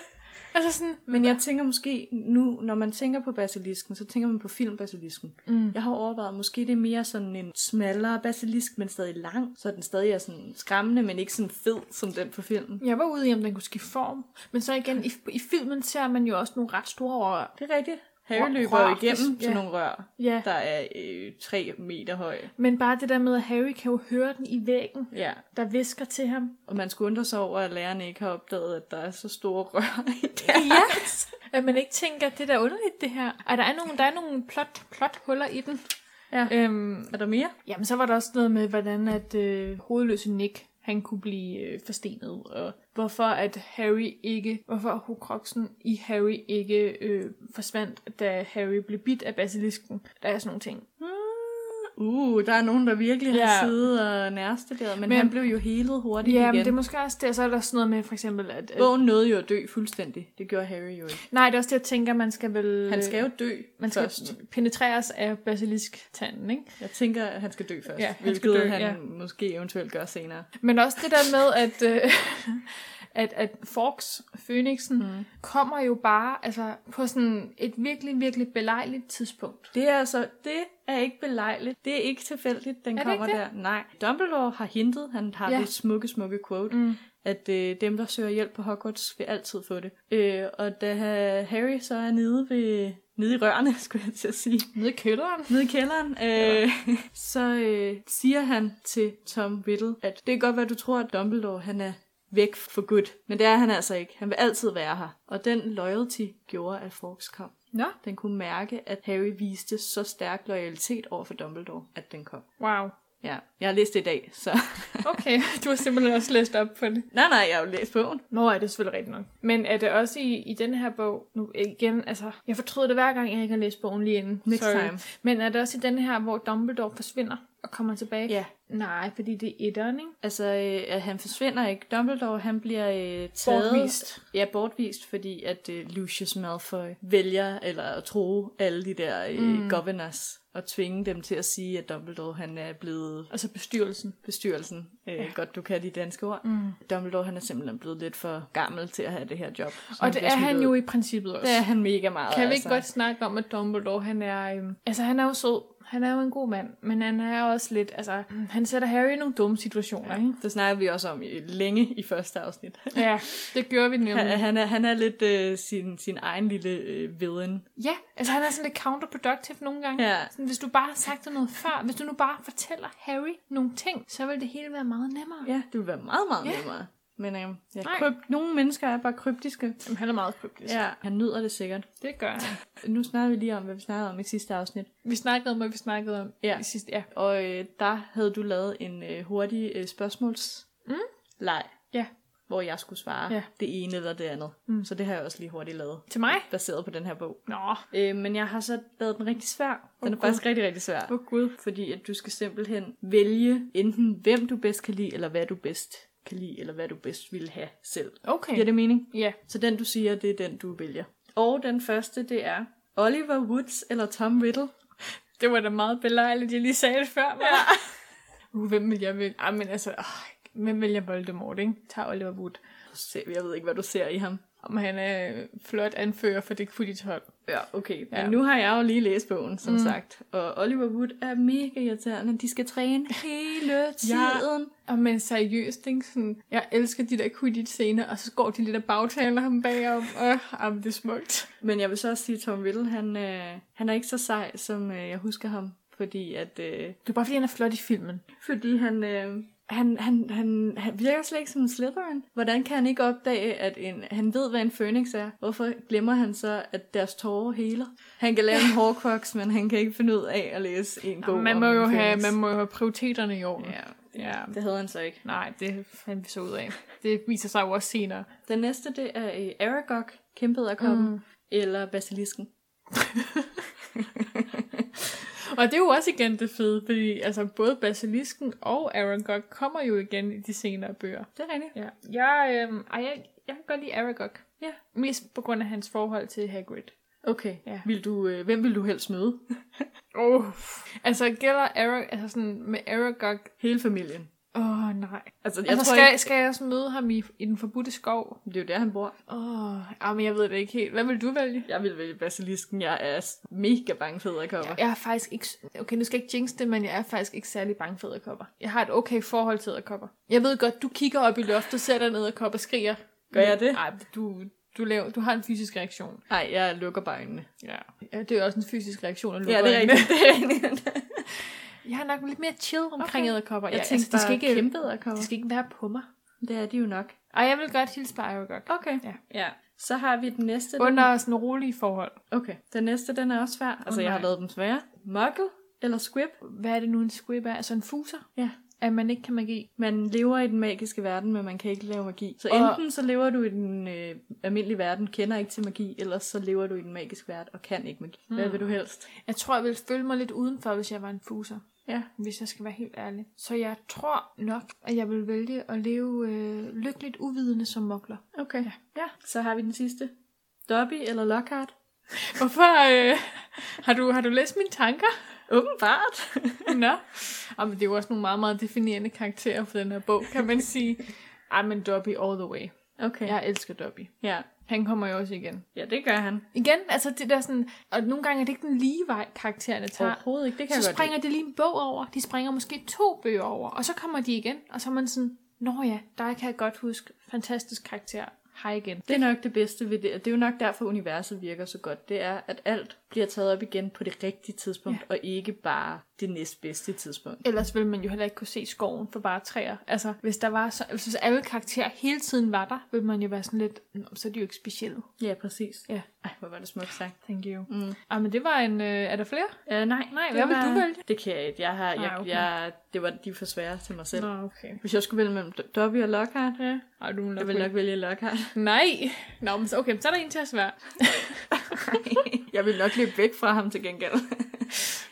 Speaker 2: Altså sådan,
Speaker 1: Men jeg tænker måske nu, når man tænker på basilisken, så tænker man på filmbasilisken.
Speaker 2: Mm.
Speaker 1: Jeg har overvejet, måske det er mere sådan en smallere basilisk, men stadig lang, så den stadig er sådan skræmmende, men ikke sådan fed som den på filmen.
Speaker 2: jeg var ude i, om den kunne skifte form. Men så igen, i, i filmen ser man jo også nogle ret store rør.
Speaker 1: Det er rigtigt. Harry
Speaker 2: Rør-
Speaker 1: løber
Speaker 2: rør,
Speaker 1: jo igennem
Speaker 2: det-
Speaker 1: sådan
Speaker 2: ja.
Speaker 1: nogle rør,
Speaker 2: Ja.
Speaker 1: der er øh, tre meter høje.
Speaker 2: Men bare det der med, at Harry kan jo høre den i væggen,
Speaker 1: Ja,
Speaker 2: der visker til ham.
Speaker 1: og man skulle undre sig over, at lærerne ikke har opdaget, at der er så store rør i det.
Speaker 2: Ja. At man ikke tænker, at det der underligt, det her. Og der er nogle, der er nogle plot, plot huller i den.
Speaker 1: Ja.
Speaker 2: Øhm,
Speaker 1: Er der mere?
Speaker 2: jamen, så var der også noget med, hvordan at øh, hovedløse Nick, han kunne blive øh, forstenet, og hvorfor at Harry ikke, hvorfor hukroksen i Harry ikke øh, forsvandt, da Harry blev bidt af basilisken. Der er sådan nogle ting.
Speaker 1: Uh, der er nogen, der virkelig
Speaker 2: Ja.
Speaker 1: har siddet og nærstuderet, men, men
Speaker 2: Men-
Speaker 1: han blev jo helet hurtigt
Speaker 2: Ja,
Speaker 1: igen.
Speaker 2: men det er måske også det, og så er der sådan noget med for eksempel, at... at
Speaker 1: Bogen nåede jo at dø fuldstændig. Det gjorde Harry jo ikke.
Speaker 2: nej, det er også det, jeg tænker, man skal vel...
Speaker 1: Han skal jo dø
Speaker 2: Øh, Man skal
Speaker 1: først.
Speaker 2: penetreres af basilisk-tanden, ikke?
Speaker 1: Jeg tænker, at han skal dø først.
Speaker 2: Ja,
Speaker 1: Ja,
Speaker 2: han
Speaker 1: hvilket
Speaker 2: skal dø,
Speaker 1: han
Speaker 2: ja.
Speaker 1: måske eventuelt gør senere.
Speaker 2: Men også det der med, at, øh, at, at Forks, Fønixen, mm. kommer jo bare altså, på sådan et virkelig, virkelig belejligt tidspunkt.
Speaker 1: Det er altså, det er ikke belejligt. Det er ikke tilfældigt, den
Speaker 2: Er det
Speaker 1: kommer
Speaker 2: ikke
Speaker 1: der. Nej. Dumbledore har hintet, han har ja.
Speaker 2: Ja.
Speaker 1: det smukke, smukke quote, mm. at øh, dem, der søger hjælp på Hogwarts, vil altid få det. Øh, og da ha- Harry så er nede, ved, nede i rørene, skulle jeg til at sige,
Speaker 2: Nede i kælderen.
Speaker 1: nede i kælderen, øh, så øh, siger han til Tom Riddle, at det kan godt være, du tror, at Dumbledore han er væk for godt, men det er han altså ikke. Han vil altid være her. Og den loyalty gjorde, at Forks kom.
Speaker 2: Nå.
Speaker 1: Den kunne mærke, at Harry viste så stærk loyalitet over for Dumbledore, at den kom.
Speaker 2: Wow.
Speaker 1: Ja, jeg har læst det i dag, så...
Speaker 2: Okay, du har simpelthen også læst op på det.
Speaker 1: nej, nej, jeg har jo læst bogen.
Speaker 2: Nå, er det er selvfølgelig rigtigt nok. Men er det også i, i den her bog, nu igen, altså, jeg fortryder det hver gang, jeg ikke har læst bogen lige inden.
Speaker 1: Next time.
Speaker 2: Men er det også i den her, hvor Dumbledore forsvinder og kommer tilbage?
Speaker 1: Ja.
Speaker 2: Nej, fordi det er etteren, ikke?
Speaker 1: Altså, øh, at han forsvinder ikke. Dumbledore, han bliver øh, taget...
Speaker 2: Bortvist.
Speaker 1: Ja, bortvist, fordi at øh, Lucius Malfoy vælger eller at tro alle de der øh,
Speaker 2: Mm.
Speaker 1: mm. governors og tvinge dem til at sige, at Dumbledore, han er blevet
Speaker 2: Altså bestyrelsen.
Speaker 1: bestyrelsen. Øh,
Speaker 2: Ja.
Speaker 1: ja. Godt, du kan de danske ord.
Speaker 2: Mm.
Speaker 1: Dumbledore, han er simpelthen blevet lidt for gammel til at have det her job. så
Speaker 2: Og det
Speaker 1: bliver
Speaker 2: er han
Speaker 1: smidt
Speaker 2: jo
Speaker 1: ud.
Speaker 2: i princippet også.
Speaker 1: Det er han mega meget,
Speaker 2: Kan vi
Speaker 1: altså.
Speaker 2: ikke godt snakke om, at Dumbledore, han er... Øhm, altså, han er jo sød. Han er jo en god mand. Men han er også lidt... Altså, mm, han sætter Harry i nogle dumme situationer, ikke?
Speaker 1: Det snakker vi også om i, længe i første afsnit.
Speaker 2: Ja, det gør vi
Speaker 1: Han,
Speaker 2: nemlig.
Speaker 1: han, er, han er lidt øh, sin, sin egen lille øh, villain.
Speaker 2: Ja, altså han er sådan lidt counterproductive nogle gange.
Speaker 1: Ja.
Speaker 2: Sådan, hvis du bare har sagt dig noget før, hvis du nu bare fortæller Harry nogle ting, så vil det hele være meget nemmere.
Speaker 1: Ja, det ville være meget, meget
Speaker 2: Ja.
Speaker 1: yeah. nemmere. Men øhm, ja,
Speaker 2: Nej.
Speaker 1: kryp- nogle mennesker er bare kryptiske.
Speaker 2: Jamen, han er meget kryptisk.
Speaker 1: Ja, han nyder det sikkert.
Speaker 2: Det gør han.
Speaker 1: Nu snakker vi lige om, hvad vi snakkede om i sidste afsnit.
Speaker 2: Vi snakkede om, hvad vi snakkede om
Speaker 1: Ja.
Speaker 2: i sidste... Ja.
Speaker 1: Og øh, der havde du lavet en øh, hurtig øh, spørgsmåls
Speaker 2: Mm.
Speaker 1: leg,
Speaker 2: ja.
Speaker 1: hvor jeg skulle svare
Speaker 2: Ja.
Speaker 1: det ene eller det andet.
Speaker 2: Mm.
Speaker 1: Så det har jeg også lige hurtigt lavet,
Speaker 2: Til mig?
Speaker 1: baseret på den her bog.
Speaker 2: Nå.
Speaker 1: Øh, men jeg har så lavet den rigtig svær. Den
Speaker 2: Åh,
Speaker 1: er faktisk rigtig, rigtig svær.
Speaker 2: Åh, Gud.
Speaker 1: Fordi at du skal simpelthen vælge enten hvem du bedst kan lide, eller hvad du bedst kan lide, eller hvad du bedst ville have selv.
Speaker 2: Okay.
Speaker 1: Giver det mening?
Speaker 2: Ja.
Speaker 1: Så den du siger, det er den du vælger. Og den første, det er Oliver Woods eller Tom Riddle.
Speaker 2: Det var da meget belejligt, jeg lige sagde det før. Ja. Uh, hvem vil jeg vælge? Ah, men altså, øh, hvem vil jeg Voldemort, ikke? Tag Oliver Wood.
Speaker 1: Se, Jeg ved ikke, hvad du ser i ham.
Speaker 2: Om han er flot anfører for det Quidditch hold.
Speaker 1: Ja, okay.
Speaker 2: Ja.
Speaker 1: Men nu har jeg jo lige læst bogen, som mm. sagt. Og Oliver Wood er mega irriterende. De skal træne hele tiden.
Speaker 2: Og men seriøst, ikke? Sådan, jeg elsker de der Quidditch scener, og så går de lidt og bagtaler ham bagom. Åh, ah, men det er smukt.
Speaker 1: Men jeg vil så også sige, at Tom Riddle, han, øh, han er ikke så sej, som øh, jeg husker ham. Fordi at... Øh,
Speaker 2: Det er bare fordi, han er flot i filmen.
Speaker 1: Fordi han, øh, han, han, han, han virker slet ikke som en Slytherin. Hvordan kan han ikke opdage, at en, han ved, hvad en phoenix er? Hvorfor glemmer han så, at deres tårer heler? Han kan lave en Horcrux, men han kan ikke finde ud af at læse en bog
Speaker 2: man,
Speaker 1: om
Speaker 2: må
Speaker 1: en
Speaker 2: jo have,
Speaker 1: phoenix.
Speaker 2: man må jo have prioriteterne i orden.
Speaker 1: Ja,
Speaker 2: ja.
Speaker 1: det havde han så ikke.
Speaker 2: Nej, det fandt vi så ud af. Det viser sig jo også senere.
Speaker 1: Den næste, det er øh, Aragog, kæmpet af koppen, mm. eller Basilisken.
Speaker 2: Og det er jo også igen det fede, fordi altså, både Basilisken og Aragog kommer jo igen i de senere bøger.
Speaker 1: Det er rigtigt.
Speaker 2: Ja. Jeg, øhm, ej, jeg, jeg kan godt lide Aragog.
Speaker 1: Ja.
Speaker 2: Mest på grund af hans forhold til Hagrid.
Speaker 1: Okay,
Speaker 2: Ja.
Speaker 1: vil du, øh, hvem vil du helst møde?
Speaker 2: Oh. Altså gælder Arag, altså sådan med Aragog...
Speaker 1: Hele familien.
Speaker 2: Åh, oh, nej.
Speaker 1: Altså, jeg
Speaker 2: altså,
Speaker 1: tror
Speaker 2: skal,
Speaker 1: ikke,
Speaker 2: skal jeg også møde ham i, i den forbudte skov?
Speaker 1: det er jo der, han bor.
Speaker 2: Åh, oh, ah, men jeg ved det ikke helt. Hvad vil du vælge?
Speaker 1: Jeg vil vælge Basilisken. Jeg er s- mega bange for æderkopper.
Speaker 2: Jeg er faktisk ikke... Okay, nu skal jeg ikke jinx det, men jeg er faktisk ikke særlig bange for æderkopper. Jeg har et okay forhold til æderkopper. Jeg ved godt, du kigger op i loftet, sætter en æderkop og skriger.
Speaker 1: Gør jeg det?
Speaker 2: Nej, du, du, laver, du har en fysisk reaktion.
Speaker 1: Nej, jeg lukker bare øjnene.
Speaker 2: Ja. ja det er jo også en fysisk reaktion at lukke
Speaker 1: Ja, det er
Speaker 2: øjnene.
Speaker 1: rigtigt. Det er rigtigt.
Speaker 2: Jeg er nok lidt mere chill omkring
Speaker 1: Okay.
Speaker 2: æderkopper.
Speaker 1: Jeg tænkte
Speaker 2: de skal
Speaker 1: bare,
Speaker 2: ikke,
Speaker 1: kæmpe edderkopper.
Speaker 2: De skal ikke være på mig.
Speaker 1: Det er de jo nok.
Speaker 2: Og jeg vil godt hilse på Aragog.
Speaker 1: Okay.
Speaker 2: Ja.
Speaker 1: Ja. ja. Så har vi den næste.
Speaker 2: Under sådan rolige forhold.
Speaker 1: Den... Okay. Den næste, den er også svær. Altså,
Speaker 2: Åh,
Speaker 1: jeg har
Speaker 2: nej.
Speaker 1: lavet dem svære. Muggle eller Squib?
Speaker 2: Hvad er det nu, en squib er? Altså en fuser?
Speaker 1: Ja.
Speaker 2: At man ikke kan magi.
Speaker 1: Man lever i den magiske verden, men man kan ikke lave magi. Så
Speaker 2: Og-
Speaker 1: og... enten så lever du i den øh, almindelige verden, kender ikke til magi, eller så lever du i den magiske verden og kan ikke magi. Hvad vil du helst?
Speaker 2: Jeg tror, jeg ville føle mig lidt udenfor, hvis jeg var en fuser.
Speaker 1: Ja.
Speaker 2: hvis jeg skal være helt ærlig. Så jeg tror nok, at jeg vil vælge at leve øh, lykkeligt uvidende som mokler.
Speaker 1: Okay. Ja. ja. Så har vi den sidste. Dobby eller Lockhart?
Speaker 2: Hvorfor? Øh, har, du, har du læst mine tanker?
Speaker 1: Åbenbart.
Speaker 2: Nå. Ej, men det er jo også nogle meget, meget definerende karakterer for den her bog, kan man sige. Ej, men Dobby all the way.
Speaker 1: okay. Ja.
Speaker 2: Jeg elsker Dobby.
Speaker 1: ja.
Speaker 2: Han kommer jo også igen.
Speaker 1: Ja, det gør han.
Speaker 2: Igen, altså det der sådan... Og nogle gange er det ikke den lige vej, karaktererne tager.
Speaker 1: Overhovedet ikke. Det kan
Speaker 2: Så
Speaker 1: jeg godt
Speaker 2: springer de lige en bog over. De springer måske to bøger over. Og så kommer de igen, og så er man sådan... Nå ja, der kan jeg godt huske. Fantastisk karakter. Hej igen.
Speaker 1: Det er nok det bedste ved det, og det er jo nok derfor, universet virker så godt. Det er, at alt bliver taget op igen på det rigtige tidspunkt, ja. og ikke bare det næstbedste tidspunkt.
Speaker 2: Ellers ville man jo heller ikke kunne se skoven for bare træer. Altså, hvis der var så, hvis alle karakterer hele tiden var der, ville man jo være sådan lidt, "Nå, så er de jo ikke specielle.
Speaker 1: Ja, præcis.
Speaker 2: Ja.
Speaker 1: Ej, hvor var det smukt sagt.
Speaker 2: Thank you.
Speaker 1: Mm.
Speaker 2: Ah, men det var en, øh, er der flere?
Speaker 1: Uh, nej, nej,
Speaker 2: hvad vil du vælge?
Speaker 1: Det kan jeg ikke. Jeg har, jeg,
Speaker 2: Ah, okay.
Speaker 1: okay. jeg, det var de er for svære til mig selv. Nå.
Speaker 2: okay.
Speaker 1: Hvis jeg skulle vælge mellem Do- Dobby og Lockhart,
Speaker 2: Ja. Ej, du
Speaker 1: jeg
Speaker 2: er nok,
Speaker 1: ville
Speaker 2: nok.
Speaker 1: nok vælge Lockhart.
Speaker 2: Nej. Nå, men så, okay, så er der en til at svare.
Speaker 1: jeg ville nok løbe væk fra ham til gengæld.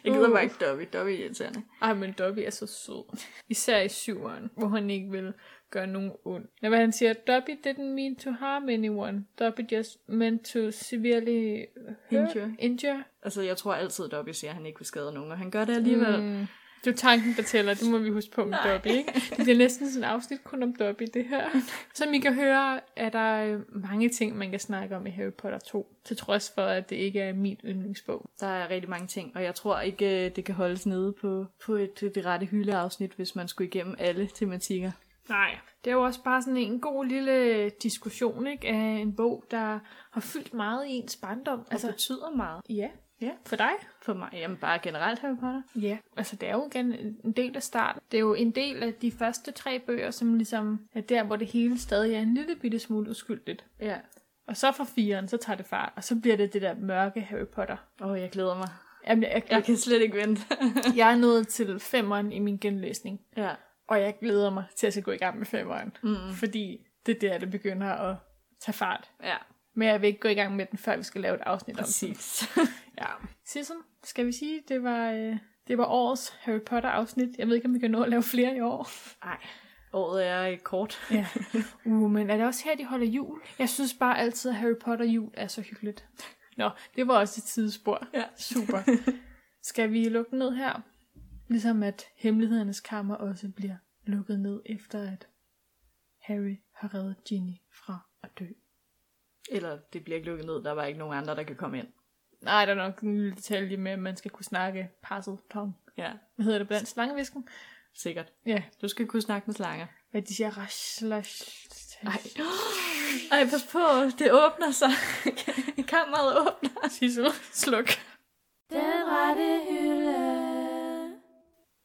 Speaker 1: Jeg gider
Speaker 2: Uh.
Speaker 1: bare ikke Dobby. Dobby er irriterende.
Speaker 2: Ej, men Dobby er så sød. Især i syveren, hvor han ikke vil gøre nogen ond. Når hvad han siger, Dobby didn't mean to harm anyone. Dobby just meant to severely hurt,
Speaker 1: Injure.
Speaker 2: injure.
Speaker 1: Altså, jeg tror altid, Dobby siger, at han ikke vil skade nogen, og han gør det alligevel. Mm.
Speaker 2: Hmm. Det er jo tanken, der tæller. Det må vi huske på med
Speaker 1: Nej.
Speaker 2: Dobby, ikke? Det bliver næsten sådan et afsnit kun om Dobby, det her. Som I kan høre, er der øh, mange ting, man kan snakke om i Harry Potter 2. Til trods for, at det ikke er min yndlingsbog.
Speaker 1: Der er rigtig mange ting, og jeg tror ikke, øh, det kan holdes nede på, på et, øh, det rette hyldeafsnit, hvis man skulle igennem alle tematikker.
Speaker 2: Nej. Det er jo også bare sådan en god lille diskussion, ikke? Af en bog, der har fyldt meget i ens barndom.
Speaker 1: Altså,
Speaker 2: Altså,
Speaker 1: det betyder meget
Speaker 2: ja.
Speaker 1: Ja.
Speaker 2: For dig?
Speaker 1: for mig. Jamen, bare generelt Harry Potter.
Speaker 2: Ja. Altså, det er jo igen en del af starten. Det er jo en del af de første tre bøger, som ligesom er der, hvor det hele stadig er en lille bitte smule uskyldigt.
Speaker 1: Ja.
Speaker 2: Og så fra firen, så tager det fart, og så bliver det det der mørke Harry Potter.
Speaker 1: Åh, oh, jeg glæder mig.
Speaker 2: Jamen, jeg,
Speaker 1: Jeg
Speaker 2: jeg,
Speaker 1: kan slet ikke vente.
Speaker 2: jeg er nået til femeren i min genlæsning,
Speaker 1: ja.
Speaker 2: og jeg glæder mig til at så gå i gang med femeren, mm. fordi det er der, det begynder at tage fart.
Speaker 1: Ja.
Speaker 2: Men jeg vil ikke gå i gang med den, før vi skal lave et afsnit om den.
Speaker 1: Præcis.
Speaker 2: Ja. Sisson, skal vi sige, det var, øh, det var årets Harry Potter-afsnit. Jeg ved ikke, om vi kan nå at lave flere i år.
Speaker 1: Nej. Året er øh, kort.
Speaker 2: Ja. Uh, men er det også her, de holder jul? Jeg synes bare altid, at Harry Potter jul er så hyggeligt. Nå, det var også et tidsspor.
Speaker 1: Ja.
Speaker 2: Super. Skal vi lukke ned her? Ligesom at hemmelighedernes kammer også bliver lukket ned, efter at Harry har reddet Ginny fra at dø.
Speaker 1: Eller det bliver ikke lukket ned, der var ikke nogen andre, der kan komme ind.
Speaker 2: Nej, der er nok en lille detalje med, at man skal kunne snakke passet tong.
Speaker 1: Ja,
Speaker 2: Hvad hedder det blandt slangevisken?
Speaker 1: sikkert.
Speaker 2: Ja,
Speaker 1: Du skal kunne snakke med slanger.
Speaker 2: hvad de siger, raslash.
Speaker 1: Ej. Ej, pas på, det åbner sig. Kammeret åbner.
Speaker 2: Sissel, sluk.
Speaker 3: Den rette hylde.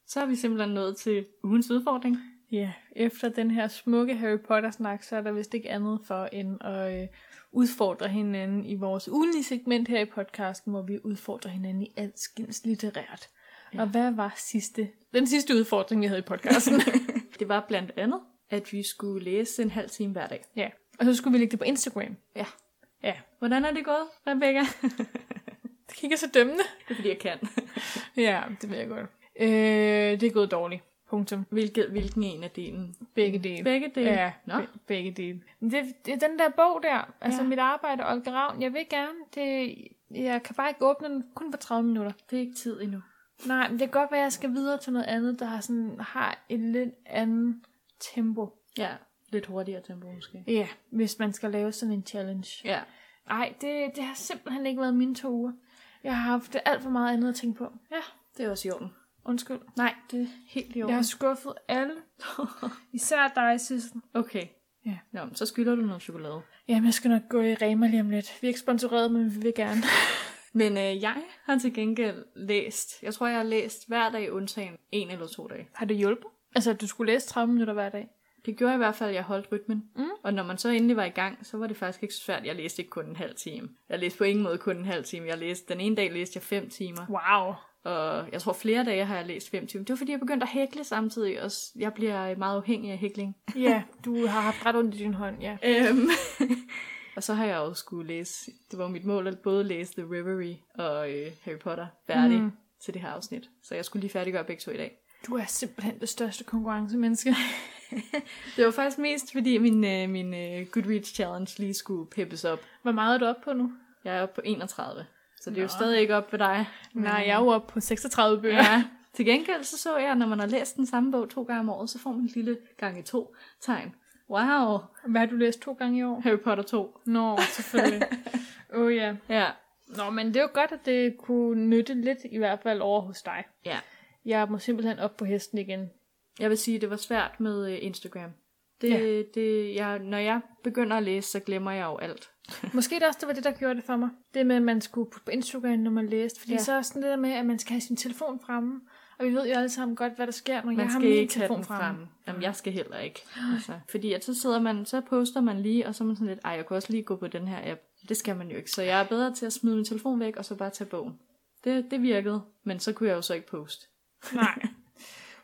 Speaker 1: Så er vi simpelthen nået til ugens udfordring.
Speaker 2: Ja, efter den her smukke Harry Potter-snak, så er der vist ikke andet for end at øh, udfordre hinanden i vores ugenlige segment her i podcasten, hvor vi udfordrer hinanden i alskens litterært. Ja. Og hvad var sidste, den sidste udfordring, vi havde i podcasten?
Speaker 1: Det var blandt andet, at vi skulle læse en halv time hver dag.
Speaker 2: ja, og så skulle vi lægge det på Instagram.
Speaker 1: Ja.
Speaker 2: Ja,
Speaker 1: Hvordan er det gået, Rebecca?
Speaker 2: det kigger så dømmende.
Speaker 1: det er fordi, jeg kan.
Speaker 2: Ja, det ved jeg godt. Øh, det er gået dårligt. Punktum.
Speaker 1: Hvilket, hvilken en af delen?
Speaker 2: Begge dele.
Speaker 1: Begge dele?
Speaker 2: Ja,
Speaker 1: Nå.
Speaker 2: be- begge dele. Men Det, det, den der bog der, altså
Speaker 1: Ja.
Speaker 2: mit arbejde, Olga Ravn, jeg vil gerne, det, jeg kan bare ikke åbne den kun for 30 minutter.
Speaker 1: Det er ikke tid endnu.
Speaker 2: Nej, men det kan godt være, at jeg skal videre til noget andet, der har, sådan, har et lidt andet tempo.
Speaker 1: Ja, lidt hurtigere tempo måske.
Speaker 2: Ja, hvis man skal lave sådan en challenge.
Speaker 1: Ja.
Speaker 2: Nej, det, det har simpelthen ikke været mine to uger. Jeg har haft alt for meget andet at tænke på. Ja,
Speaker 1: Det er også i orden.
Speaker 2: undskyld.
Speaker 1: Nej, det er helt i
Speaker 2: Jeg
Speaker 1: orden.
Speaker 2: har skuffet alle. Især dig, Sissel.
Speaker 1: Okay.
Speaker 2: Ja.
Speaker 1: Nå, men så skylder du noget chokolade.
Speaker 2: Jamen, jeg skal nok gå i Rema lige om lidt. Vi er ikke sponsoreret, men vi vil gerne.
Speaker 1: Men øh, jeg har til gengæld læst, jeg tror, jeg har læst hver dag undtagen en eller to dage.
Speaker 2: Har det hjulpet? Altså, at du skulle læse 30 minutter hver dag?
Speaker 1: Det gjorde jeg i hvert fald, at jeg holdt rytmen. Mm. Og når man så endelig var i gang, så var det faktisk ikke så svært. Jeg læste ikke kun en halv time. Jeg læste på ingen måde kun en halv time. Jeg læste, den ene dag læste jeg fem timer.
Speaker 2: Wow.
Speaker 1: Og jeg tror, flere dage har jeg læst fem timer. Det var, fordi jeg begyndte at hækle samtidig. Og s- jeg bliver meget afhængig af hækling.
Speaker 2: Ja, du har haft ret ondt i din hånd, ja.
Speaker 1: Øhm. og så har jeg jo skulle læse, det var jo mit mål at både læse The Reverie og øh, Harry Potter færdig mm. til det her afsnit. Så jeg skulle lige færdiggøre begge to i dag.
Speaker 2: Du er simpelthen det største konkurrencemenneske.
Speaker 1: Det var faktisk mest, fordi min, øh, min øh, Goodreads Challenge lige skulle peppes op.
Speaker 2: Hvor meget er du oppe på nu?
Speaker 1: Jeg er oppe på 31, så det er jo stadig ikke oppe ved dig.
Speaker 2: Nej, jeg er jo oppe på 36 bøger.
Speaker 1: Ja. Til gengæld så så jeg, at når man har læst den samme bog to gange om året, så får man en lille gange to tegn. Wow,
Speaker 2: Hvad har du læst to gange i år?
Speaker 1: Harry Potter 2.
Speaker 2: Nå, selvfølgelig. Åh oh, ja.
Speaker 1: Ja,
Speaker 2: Nå, men det er jo godt, at det kunne nytte lidt, i hvert fald over hos dig.
Speaker 1: ja.
Speaker 2: Jeg må simpelthen op på hesten igen.
Speaker 1: Jeg vil sige, at det var svært med øh, Instagram. Det,
Speaker 2: Ja.
Speaker 1: ja. det, jeg, når jeg begynder at læse, så glemmer jeg jo alt.
Speaker 2: Måske det også det var det, der gjorde det for mig. Det med, at man skulle putte på Instagram, når man læste. Fordi ja.
Speaker 1: Ja.
Speaker 2: så er sådan det der med, at man skal have sin telefon fremme. Og vi ved jo alle sammen godt, hvad der sker, når
Speaker 1: Man
Speaker 2: jeg har
Speaker 1: skal
Speaker 2: min
Speaker 1: ikke have
Speaker 2: telefon
Speaker 1: den
Speaker 2: fremme.
Speaker 1: frem. Jamen, jeg skal heller ikke. Altså, fordi at så sidder man, så poster man lige, og så er man sådan lidt, ej, jeg kunne også lige gå på den her app. Det skal man jo ikke. Så jeg er bedre til at smide min telefon væk, og så bare tage bogen. Det, det virkede, men så kunne jeg jo så ikke poste.
Speaker 2: Nej.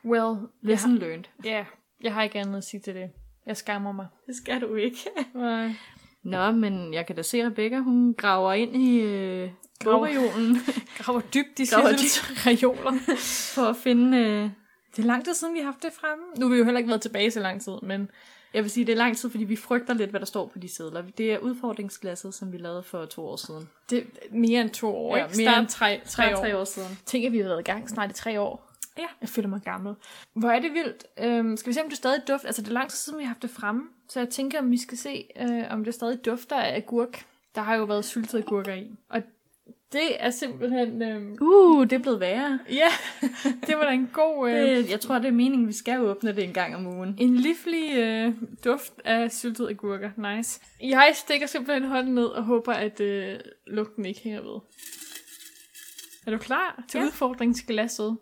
Speaker 2: Well,
Speaker 1: Lesson learned.
Speaker 2: ja, yeah. jeg har ikke andet at sige til det. Jeg skammer mig.
Speaker 1: Det skal du ikke.
Speaker 2: Nej.
Speaker 1: Nå, men jeg kan da se, at Rebecca, hun graver ind i øh, bogreolen
Speaker 2: Graver dybt i
Speaker 1: Graver
Speaker 2: Sissels reoler.
Speaker 1: for at finde... Øh,
Speaker 2: Det er lang tid siden, vi har haft det fremme. Nu har vi jo heller ikke været tilbage så lang tid, men
Speaker 1: jeg vil sige, det er lang tid, fordi vi frygter lidt, hvad der står på de sædler. Det er udfordringsglasset, som vi lavede for to år siden.
Speaker 2: det er mere end to år.
Speaker 1: Ja,
Speaker 2: Ja, mere
Speaker 1: mere
Speaker 2: Snart
Speaker 1: end
Speaker 2: end tre, tre,
Speaker 1: Snart
Speaker 2: år.
Speaker 1: tre år siden.
Speaker 2: Tænk, at vi har været i gang snart i tre år.
Speaker 1: Ja.
Speaker 2: Jeg føler mig gammel. Hvor er det vildt. Øhm, skal vi se, om det stadig dufter? Altså, det er lang tid siden, vi har haft det fremme. Så jeg tænker, om vi skal se, øh, om det stadig dufter af agurk. Der har jo været syltede agurker i. Og det er simpelthen... Øh,
Speaker 1: Uh, det er blevet værre.
Speaker 2: ja, det var da en god... Øh,
Speaker 1: Det, jeg tror, det er meningen, vi skal åbne det en gang om ugen.
Speaker 2: en livlig øh, duft af syltede agurker. Nice. Jeg stikker simpelthen hånden ned og håber, at øh, lugten ikke hænger ved. Er du klar til ja.
Speaker 1: Ja.
Speaker 2: udfordringsglasset?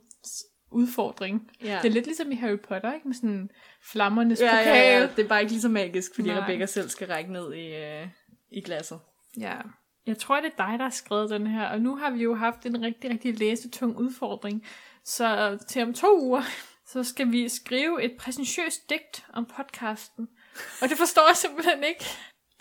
Speaker 2: Udfordring.
Speaker 1: Ja.
Speaker 2: Det er lidt ligesom i Harry Potter, ikke? Med sådan flammernes
Speaker 1: ja,
Speaker 2: pokal.
Speaker 1: ja, ja, det er bare ikke lige så magisk, fordi
Speaker 2: Nej.
Speaker 1: Nej. Rebecca selv skal række ned i, øh, i glasset.
Speaker 2: ja. Jeg tror, det er dig, der har skrevet den her. Og nu har vi jo haft en rigtig, rigtig læsetung udfordring. Så til om to uger, så skal vi skrive et præsentiøst digt om podcasten. Og det forstår jeg simpelthen ikke.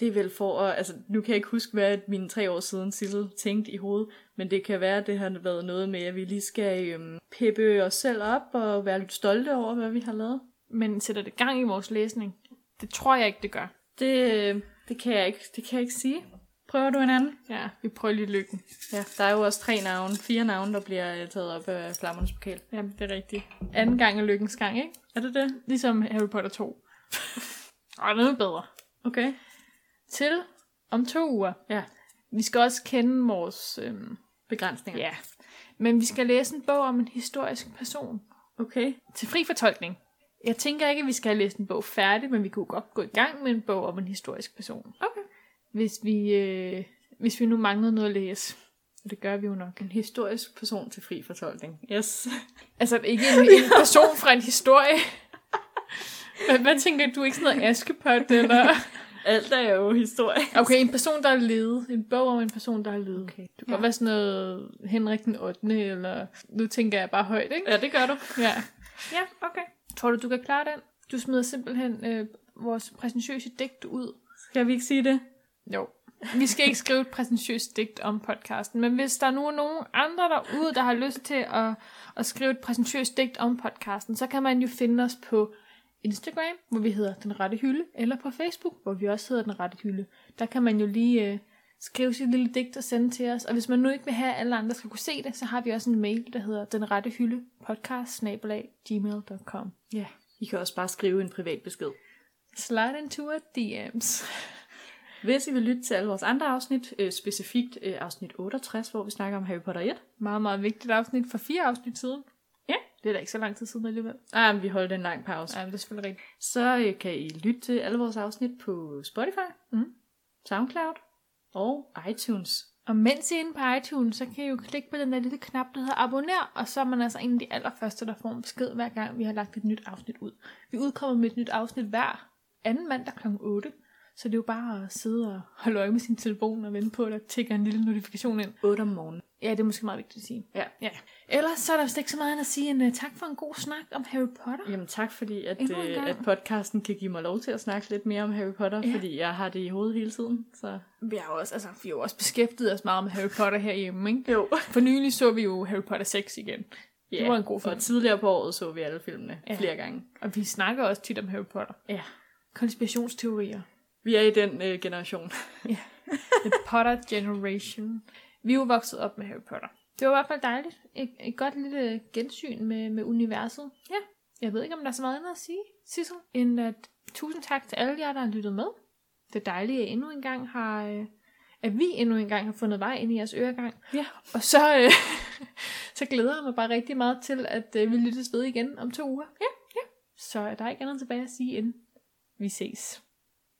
Speaker 1: Det er vel for at, altså nu kan jeg ikke huske, hvad mine tre år siden Sissel tænkte i hovedet, men det kan være, at det har været noget med, at vi lige skal øhm, pippe os selv op og være lidt stolte over, hvad vi har lavet.
Speaker 2: Men sætter det gang i vores læsning? Det tror jeg ikke, det gør.
Speaker 1: Det, øh, det, kan jeg ikke, det kan jeg ikke sige. Prøver du en anden?
Speaker 2: Ja, vi prøver lige lykken.
Speaker 1: Ja, der er jo også tre navne, fire navne, der bliver øh, taget op af flammernes pokal.
Speaker 2: Jamen, det er rigtigt. Anden gang er lykkens gang, ikke?
Speaker 1: Er det det?
Speaker 2: Ligesom Harry Potter 2. Og noget bedre.
Speaker 1: Okay.
Speaker 2: til om to uger.
Speaker 1: Ja.
Speaker 2: Vi skal også kende vores... Øhm,
Speaker 1: Begrænsninger.
Speaker 2: ja. Men vi skal læse en bog om en historisk person.
Speaker 1: Okay.
Speaker 2: Til fri fortolkning. Jeg tænker ikke, at vi skal have læst en bog færdig, men vi kunne godt gå i gang med en bog om en historisk person.
Speaker 1: Okay.
Speaker 2: Hvis vi, øh, hvis vi nu manglede noget at læse. Og det gør vi jo nok.
Speaker 1: En historisk person til fri fortolkning. Yes.
Speaker 2: Altså ikke en, en person fra en historie. Men hvad tænker du? Ikke sådan noget Askepot? Eller?
Speaker 1: Alt er jo historie.
Speaker 2: Okay, en person, der er ledet. En bog om en person, der er ledet. Okay. Du kan
Speaker 1: Ja.
Speaker 2: ja. være sådan noget Henrik den 8. eller... Nu tænker jeg bare højt, ikke?
Speaker 1: Ja, det gør du.
Speaker 2: Ja.
Speaker 1: Ja, okay.
Speaker 2: Tror du, du kan klare den? Du smider simpelthen øh, vores præsentiøse digt ud.
Speaker 1: Skal vi ikke sige det?
Speaker 2: Jo. Vi skal ikke skrive et præsentiøst digt om podcasten, men hvis der nu er nogen andre derude, der har lyst til at, at skrive et præsentiøst digt om podcasten, så kan man jo finde os på Instagram, hvor vi hedder Den Rette Hylde, eller på Facebook, hvor vi også hedder Den Rette Hylde. Der kan man jo lige øh, skrive sit lille digt og sende til os, og hvis man nu ikke vil have, at alle andre skal kunne se det, så har vi også en mail, der hedder Den Rette Hylde podcast gmail.com.
Speaker 1: Ja. I kan også bare skrive en privat besked.
Speaker 2: Slide into our DM's.
Speaker 1: Hvis I vil lytte til alle vores andre afsnit, øh, specifikt øh, afsnit 68, hvor vi snakker om Harry Potter 1.
Speaker 2: meget, meget vigtigt afsnit for fire afsnit siden.
Speaker 1: Ja.
Speaker 2: Det er da ikke så lang tid siden alligevel.
Speaker 1: Ah, men vi holdt en lang pause.
Speaker 2: Ja, men det er selvfølgelig rigtigt.
Speaker 1: Så øh, kan I lytte til alle vores afsnit på Spotify,
Speaker 2: Mm.
Speaker 1: SoundCloud og iTunes.
Speaker 2: Og mens I er inde på iTunes, så kan I jo klikke på den der lille knap, der hedder abonner, og så er man altså en af de allerførste, der får en besked, hver gang vi har lagt et nyt afsnit ud. Vi udkommer med et nyt afsnit hver anden mandag kl. 8, så det er jo bare at sidde og holde øje med sin telefon og vente på, at der tigger en lille notifikation ind.
Speaker 1: 8 om morgenen.
Speaker 2: Ja, det er måske meget vigtigt at sige.
Speaker 1: Ja.
Speaker 2: ja. Ellers så er der vist ikke så meget andet at sige end uh, tak for en god snak om Harry Potter.
Speaker 1: Jamen tak, fordi at,
Speaker 2: Endnu en
Speaker 1: øh,
Speaker 2: gang.
Speaker 1: at podcasten kan give mig lov til at snakke lidt mere om Harry Potter,
Speaker 2: Ja.
Speaker 1: ja. fordi jeg har det i hovedet hele tiden. Så.
Speaker 2: Vi har jo også, altså, vi har jo også beskæftiget os meget med Harry Potter herhjemme, ikke?
Speaker 1: Jo.
Speaker 2: For nylig så vi jo Harry Potter 6 igen.
Speaker 1: Ja,
Speaker 2: Det var en god film.
Speaker 1: Og tidligere på året så vi alle filmene
Speaker 2: Ja.
Speaker 1: ja. flere gange.
Speaker 2: Og vi snakker også tit om Harry Potter.
Speaker 1: Ja.
Speaker 2: Konspirationsteorier.
Speaker 1: Vi er i den øh, generation.
Speaker 2: The Potter Generation. Vi er jo vokset op med Harry Potter. Det var i hvert fald dejligt. Et, et godt lille gensyn med, med universet. Ja. Jeg ved ikke, om der er så meget andet at sige, Sissel, end at tusind tak til alle jer, der har lyttet med. Det dejlige er, at endnu en gang har, øh, at vi endnu en gang har fundet vej ind i jeres øregang.
Speaker 1: Ja.
Speaker 2: Og så, øh, så glæder jeg mig bare rigtig meget til, at øh, vi lyttes ved igen om to uger. Ja, ja. Så er der ikke andet tilbage at sige, end vi ses.